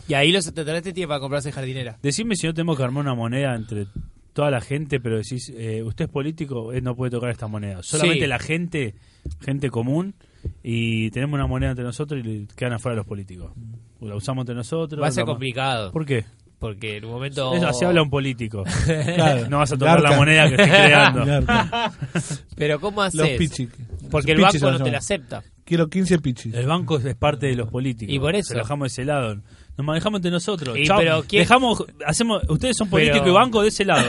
A: Y ahí los extraterrestres tienen este para comprarse jardinera.
B: Decime si no tenemos que armar una moneda entre toda la gente, pero decís, eh, usted es político, eh, no puede tocar esta moneda. Solamente
A: Sí.
B: la gente, gente común, y tenemos una moneda entre nosotros y le quedan afuera los políticos. O La usamos entre nosotros.
A: Va a ser
B: la-
A: complicado.
B: ¿Por qué?
A: Porque en un momento...
B: Eso, así habla
A: [laughs]
B: un político.
C: Claro.
B: No vas a tocar la
C: Garca.
B: moneda que estoy creando.
A: [laughs]
C: mirá,
A: Pero ¿cómo
C: los
A: haces?
C: pichis.
A: Porque el
C: Pichis
A: banco no te Eh,
C: se llaman.
A: la acepta.
C: Quiero 15 pichis.
B: El banco es parte de los políticos.
A: Y por eso.
B: Se lo dejamos de ese lado. Nos manejamos entre nosotros.
A: Y
B: Chao.
A: pero ¿quién-
B: Dejamos, hacemos, ustedes son políticos
A: Pero-
B: y banco de ese
A: [laughs]
B: lado.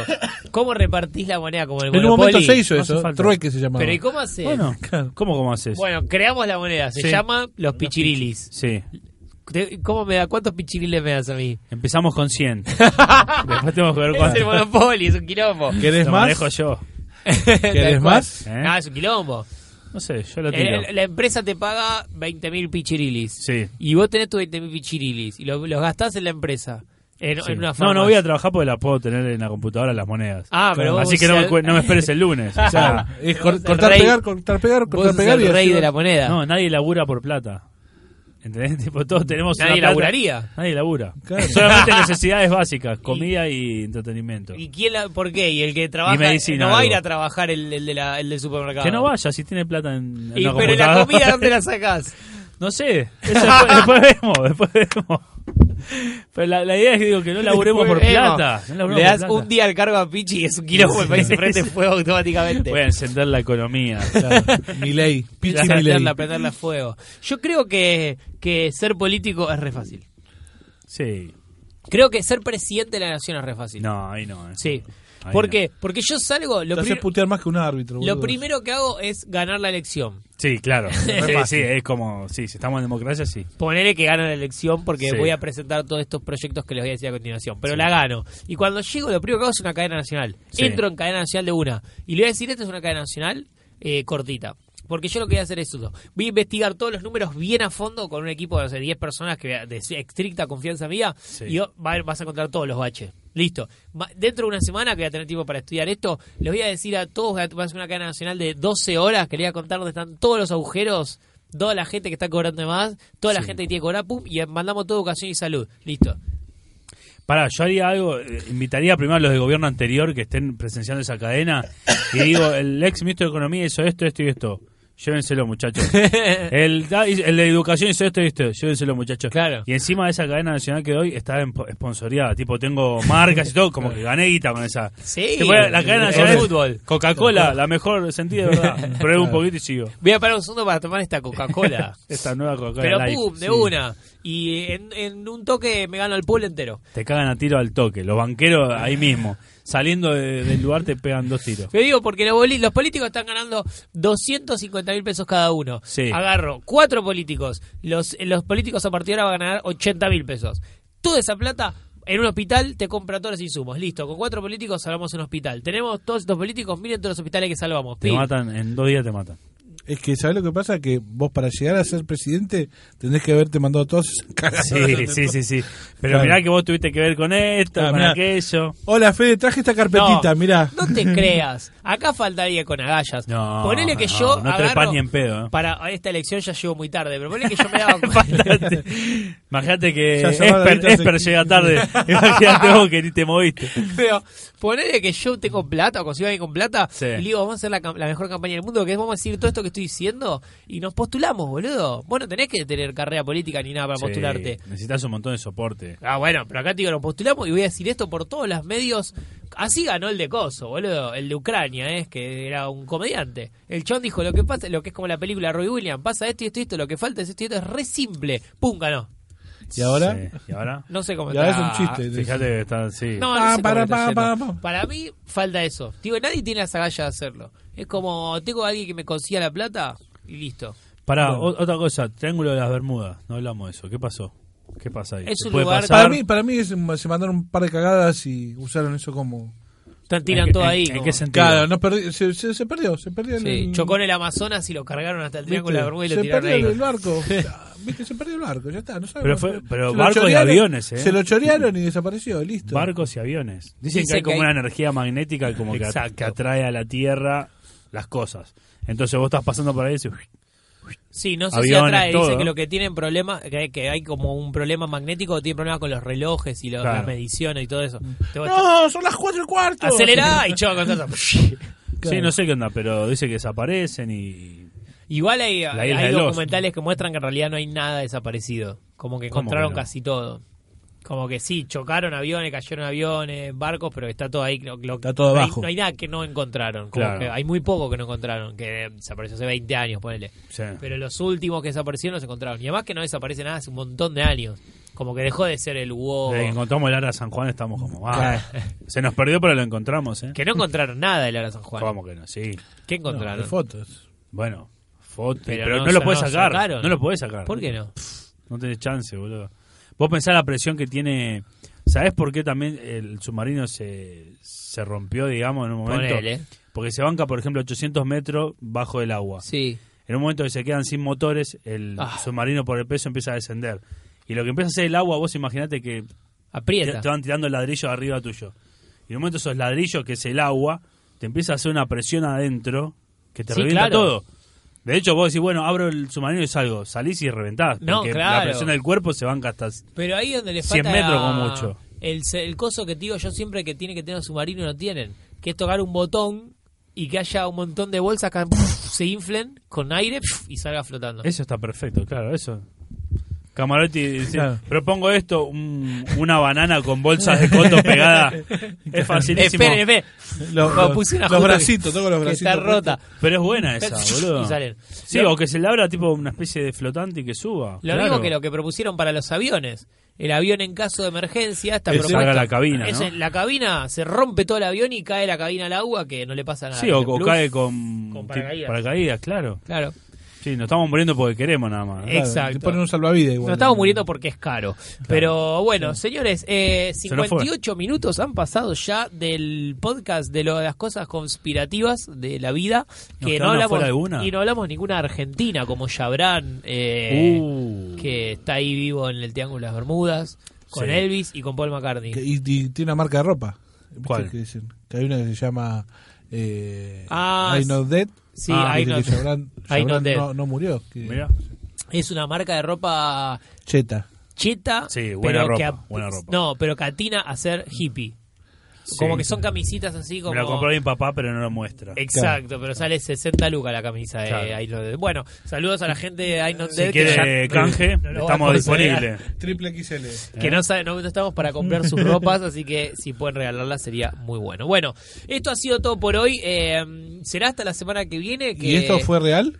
A: ¿Cómo repartís la moneda como el
C: En un momento
A: Monopoly?
C: se hizo
B: no
C: eso,
B: hace falta.
C: trueque se llamaba.
A: Pero ¿y cómo haces?
B: Bueno, ¿cómo, cómo haces?
A: Bueno, creamos la moneda. Se
B: Sí.
A: llama los pichirilis.
B: Sí.
A: Te- ¿Cómo me da? ¿Cuántos pichiriles me das a mí?
B: Empezamos con
C: [laughs]
B: 100. Después tenemos que ver
A: Es el
B: cuánto.
A: Monopoly, es un quilombo.
C: ¿Querés
B: Lo
C: más?
B: manejo yo.
A: [laughs] Tal
C: ¿Querés
A: cual.
C: más?
B: ¿eh?
A: Ah, es un quilombo.
B: No sé, yo lo
A: El-
B: tiro.
A: Eh, el- la empresa te paga 20.000 pichirilis.
B: Sí.
A: Y vos tenés tus 20.000 pichirilis. Y lo- los gastás en la empresa. En,
B: Sí.
A: en una
B: No,
A: farmacia.
B: no voy a trabajar porque la puedo tener en la computadora las monedas.
A: Ah, pero vos
B: Así que no
A: sos
B: me,
A: el-
B: cu- no me esperes el lunes.
A: [laughs]
B: O sea,
C: Claro, es
A: Vos
C: cor-
A: sos
C: cortar,
A: rey.
C: pegar, cortar, pegar,
A: Vos
C: cortar,
A: sos
C: pegar.
A: el
C: y
A: rey
C: así
A: de
C: va.
A: la moneda.
B: no, nadie labura por plata. ¿Entendés? [laughs] Tipo, todos tenemos
A: Nadie
B: una plata.
A: laburaría.
B: Nadie labura.
C: Claro. [laughs]
B: Solamente necesidades básicas, comida y entretenimiento.
A: ¿Y quién la- por qué? Y el que trabaja
B: Y medicina,
A: no va a
B: algo.
A: ir a trabajar el, el de la- el del supermercado.
B: Que no vaya si tiene plata en, en
A: Y, pero la
B: la computadora.
A: comida, ¿dónde la sacás?
B: No sé, eso [laughs] después, después vemos, después vemos. Pero la, la idea es que, digo, que [laughs] no laburemos por
A: Después vemos.
B: plata. No laburemos
A: Le
B: por
A: das
B: plata.
A: un día al cargo a Pichi y es un quilombo. El país se prende fuego automáticamente.
B: Voy a encender la economía.
C: Claro, Milei, pichi
A: Prenderla,
C: Milei.
A: prenderla, prenderla a fuego. Yo creo que, que ser político es re fácil.
B: Sí.
A: Creo que ser presidente de la nación es re fácil.
B: No, ahí no. eh.
A: Sí.
B: Ahí
A: ¿Por
B: no.
A: qué? Porque yo salgo, lo,
C: Te haces
A: pri-
C: putear más que un árbitro.
A: lo
C: boludo.
A: primero que hago es ganar la elección.
B: Sí, [laughs] claro.
A: Re
B: sí,
A: fácil.
B: sí, es como, sí, si estamos en democracia, sí.
A: Ponele que gano la elección porque
B: Sí.
A: voy a presentar todos estos proyectos que les voy a decir a continuación. Pero la gano. Y cuando llego, lo primero que hago es una cadena nacional.
B: Sí.
A: Entro en cadena nacional de una. Y le voy a decir, esto es una cadena nacional eh, cortita. Porque yo lo que voy a hacer es eso. Voy a investigar todos los números bien a fondo con un equipo de no sé, 10 personas que de estricta confianza mía.
B: Sí.
A: Y yo- va a- vas a encontrar todos los baches. Listo. Ma- Dentro de una semana que voy a tener tiempo para estudiar esto, les voy a decir a todos, voy a voy a hacer una cadena nacional de 12 horas que les voy a contar dónde están todos los agujeros, toda la gente que está cobrando de más, toda la
B: Sí.
A: gente que tiene que cobrar, pum, y mandamos toda educación y salud. Listo.
B: Pará, yo haría algo, eh, invitaría primero a los del gobierno anterior que estén presenciando esa cadena y digo, el ex ministro de Economía hizo esto, esto y esto.
A: [laughs]
B: Llévenselo, muchachos. el, da- el de educación hizo esto y esto. Llévenselo, muchachos.
A: Claro.
B: Y encima de esa cadena nacional que doy está empo- esponsoreada. Tipo, tengo marcas y todo. Como que gané guita con esa.
A: Sí,
B: Tipo, la
A: el
B: cadena nacional. es
A: fútbol.
B: Coca-Cola, la mejor sentida, de ¿verdad? Pruebo un poquito y sigo.
A: Voy a parar un segundo para tomar esta
B: [laughs]
A: Coca-Cola.
B: Esta nueva Coca-Cola.
A: Pero
B: Light.
A: pum, de
B: Sí.
A: una. Y en, en un toque me gano el pool entero.
B: Te cagan a tiro al toque. Los banqueros ahí mismo. Saliendo de- del lugar te pegan dos tiros.
A: Te digo porque los, boli- los políticos están ganando 250 mil pesos cada uno.
B: Sí.
A: Agarro cuatro políticos. Los, los políticos a partir de ahora van a ganar 80 mil pesos. Toda esa plata en un hospital te compra todos los insumos. Listo, con cuatro políticos salvamos un hospital. Tenemos todos estos políticos, miren todos los hospitales que salvamos.
B: Te
A: Pi.
B: matan, en dos días te matan.
C: Es que, ¿sabes lo que pasa? Que vos para llegar a ser presidente tenés que haberte mandado a todos esas [laughs] cagadas.
B: Sí, sí, sí, sí. Pero
C: Claro.
B: mirá que vos tuviste que ver con esto,
C: Ah,
B: con
C: mirá. [laughs]
B: aquello.
C: Hola, Fede, traje esta carpetita,
A: No,
C: mirá.
A: No te creas. Acá faltaría con agallas.
B: No,
A: ponele que
B: no,
A: yo.
B: no
A: agarro-
B: trepás ni en pedo, ¿eh?
A: Para esta elección ya llego muy tarde, pero ponele que yo me
B: [laughs]
A: daba cuenta.
B: Imagínate- Imagínate que
C: Ya llamaba la
B: Esper,
C: lista
B: Esper
C: hace-
B: llega
C: [laughs]
B: tarde. Imagínate vos que ni te moviste.
A: [laughs] Pero ponele que yo tengo plata o consigo a alguien con plata
B: Sí.
A: y le digo, vamos a hacer la, cam- la mejor campaña del mundo, que es vamos a decir todo esto que estoy diciendo y nos postulamos, boludo. Vos no tenés que tener carrera política ni nada para postularte.
B: Sí, necesitas un montón de soporte.
A: Ah, bueno, pero acá te digo, nos postulamos y voy a decir esto por todos los medios. Así ganó el de Koso, boludo. El de Ucrania, ¿eh? que era un comediante. El chon dijo, lo que pasa, lo que es como la película de Roy Williams, pasa esto y esto y esto, lo que falta es esto y esto, es re simple. Pum, ganó.
C: Y ahora,
B: Sí, ¿Y ahora?
A: No sé cómo
C: ya es
A: está.
C: un chiste.
B: Fíjate que está, sí.
A: No, no
C: Ah,
A: sé cómo
C: para,
A: está
C: para,
A: yendo.
C: para, para.
A: Para mí falta eso. Digo, nadie tiene las agallas de hacerlo. Es como, tengo a alguien que me consiga la plata y listo.
B: Pará, o- otra cosa, Triángulo de las Bermudas. No hablamos de eso. ¿Qué pasó? ¿Qué pasa ahí?
A: Es
B: ¿Se
A: un
B: puede
A: lugar-
B: pasar?
C: Para mí, para mí es- se mandaron un par de cagadas y usaron eso como...
A: Están
B: ¿En
A: tiran
B: qué-
A: todo
B: en-
A: ahí.
B: ¿En,
A: como-
B: qué sentido?
C: Claro, no perdi- se, se- se perdió, se perdió
A: Sí,
C: el...
A: chocó en el Amazonas y lo cargaron hasta el
C: ¿viste?
A: Triángulo de la Bermuda y lo
C: se
A: tiraron
C: perdió
A: ahí. [laughs]
C: el barco. Viste, se perdió el barco, ya está. No
B: Pero
C: sabemos.
B: fue- pero
C: Se lo
B: barcos y
C: chorearon,
B: aviones, ¿eh?
C: Se lo chorearon y desapareció, listo.
B: Barcos y aviones. Dicen
A: Dice
B: que hay
A: que
B: como
A: hay-
B: una energía magnética como que, at-
A: Exacto.
B: que atrae a la Tierra las cosas. Entonces vos estás pasando por ahí y dices, "Uy,
A: Sí, no sé si
B: Aviones,
A: atrae. Dice
B: todo.
A: que lo que tienen problemas, que, que hay como un problema magnético, tiene problemas con los relojes y los-
B: Claro.
A: las mediciones y todo eso. Te voy a-
C: Mm. No, son las cuatro y cuarto.
A: Acelerá y choca contra eso.
C: [laughs]
B: Sí, no sé qué onda, pero dice que desaparecen y...
A: Igual hay,
B: La isla
A: hay
B: de los.
A: documentales que muestran que en realidad no hay nada desaparecido. Como que
B: ¿Cómo
A: encontraron
B: que no?
A: casi todo. Como que sí, chocaron aviones, cayeron aviones, barcos, pero está todo ahí. lo- lo-
C: Está todo
A: no hay-
C: abajo.
A: no hay nada que no encontraron. Como
B: Claro.
A: que hay muy poco que no encontraron, que desapareció hace 20 años, ponele.
B: sí.
A: Pero los últimos que desaparecieron los encontraron. Y además que no desaparece nada hace un montón de años. Como que dejó de ser el wow.
B: Desde que encontramos el Ara San Juan estamos como... "Ah, [laughs] se nos perdió, pero lo encontramos, ¿eh?
A: Que no encontraron nada de Lara San Juan.
B: ¿Cómo que no? Sí.
A: ¿Qué
C: No, hay
A: encontraron?
C: fotos.
B: Bueno, foto, pero,
A: Pero
B: no,
A: no,
B: lo
A: sa-
B: podés
A: no
B: sacar.
A: sacaron.
B: No lo podés sacar.
A: ¿Por qué no?
B: No tenés chance, boludo. Vos pensás la presión que tiene... ¿Sabés por qué también el submarino se, se rompió, digamos, en un momento?
A: Ponele.
B: Porque se banca, por ejemplo, 800 metros bajo el agua.
A: Sí.
B: En un momento que se quedan sin motores, el
A: Ah.
B: submarino por el peso empieza a descender. Y lo que empieza a hacer el agua, vos imaginate que te,
A: Aprieta.
B: te van tirando ladrillos arriba tuyo. Y en un momento esos ladrillos, que es el agua, te empieza a hacer una presión adentro que te
A: Sí,
B: revienta
A: claro.
B: todo. De hecho, vos decís, bueno, abro el submarino y salgo. Salís y reventás.
A: No,
B: porque la
A: claro.
B: presión del cuerpo se banca hasta...
A: Pero ahí donde le
B: 100
A: falta la-
B: metros como mucho.
A: El, se- el coso que te digo yo siempre que tiene que tener un submarino y no tienen, que es tocar un botón y que haya un montón de bolsas que [laughs] se inflen con aire y salga flotando.
B: Eso está perfecto, claro, eso. Camarotti dice,
C: Claro.
B: propongo esto, un- una banana con bolsas
A: [laughs]
B: de coto pegada. es facilísimo.
A: Esperen, esperen.
C: Los,
A: Lo
C: los-
A: puse una
C: los
A: justo que-
C: bracitos, toco los
A: que
C: bracitos.
A: está rota.
B: Pero es
A: [laughs]
B: buena esa, boludo.
A: Y salen.
B: Sí, o que se le abra tipo una especie de flotante y que suba.
A: Lo
B: claro.
A: mismo que lo que propusieron para los aviones. El avión en caso de emergencia está
B: Que
A: propuesto.
B: salga la cabina,
A: Es
B: ¿no?
A: en la cabina, se rompe todo el avión y cae la cabina al agua que no le pasa nada.
B: Sí, o,
A: Ese
B: o
A: plus.
B: cae con,
A: Con
B: ti-
A: paracaídas.
B: claro.
A: Claro.
B: Sí, nos estamos muriendo porque queremos nada más.
A: Eh, Exacto.
C: Te ponen un salvavidas igual.
A: Nos estamos muriendo porque es caro. Pero bueno, señores, eh,
B: nos fue.
A: 58 minutos han pasado ya del podcast de lo- las cosas conspirativas de la vida. Que
B: quedó
A: no
B: una
A: hablamos,
B: fuera alguna.
A: y no hablamos ninguna argentina, como Chabrán, eh,
B: Uh.
A: que está ahí vivo en el Triángulo de las Bermudas, con
B: Sí.
A: Elvis y con Paul McCartney.
C: Que- Y, y tiene una marca de ropa. ¿Viste
B: ¿Cuál?
C: Que, dicen? que hay una que se llama eh,
A: Ah,
C: I Not Dead.
A: sí,
C: que
A: I
C: dice
A: Not-
C: que Gibran-
A: I Not
C: Gibran
A: Dead.
C: No, no murió. que-
B: Mirá.
A: Es una marca de ropa
C: Cheta.
A: cheta,
B: Sí, buena
A: pero que
B: ropa,
A: a-
B: buena ropa.
A: No, pero catina a ser hippie. Como que son camisitas así como...
B: Me lo compró mi papá, pero no lo muestra.
A: Exacto, pero sale 60 lucas la camisa de
B: Claro.
A: I Not Dead. Bueno, saludos a la gente de I Not
B: Si
A: Dead que ya-
B: quiere canje,
A: no lo va a
B: estamos
A: conseguir.
B: disponibles.
C: Triple
A: [laughs]
C: XL.
A: Que no, sabe- no estamos para comprar
B: [laughs]
A: sus ropas, así que si pueden regalarlas sería muy bueno. Bueno, esto ha sido todo por hoy. eh, será hasta la semana que viene. Que
C: ¿Y esto fue real?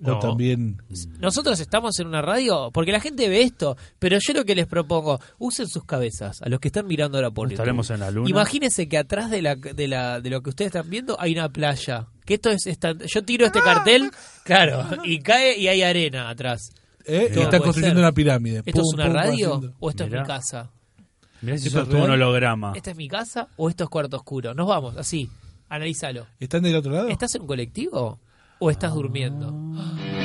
A: Eh, No.
C: ¿O también?
A: Mm. Nosotros estamos en una radio porque la gente ve esto, pero yo lo que les propongo, usen sus cabezas a los que están mirando ahora por YouTube.
B: Estaremos en la luna.
A: Imagínense que atrás de, la, de, la, de lo que ustedes están viendo hay una playa. Que esto es estan- yo tiro este cartel, claro, y cae y hay arena atrás.
C: ¿Eh?
A: Todo
C: Están
A: puede
C: construyendo
A: ser.
C: una pirámide.
A: ¿Esto es
C: Pum,
A: una
C: pum,
A: radio
C: haciendo.
A: o esto es
B: Mirá. Ah.
A: mi casa?
B: Mirá si
C: ¿Eso
B: eso
C: es
B: tuvo un
C: real?
B: holograma.
A: ¿Esta es mi casa o esto es cuarto oscuro? Nos vamos, así. Analízalo.
C: ¿Están del otro lado?
A: ¿Estás en un colectivo o estás durmiendo?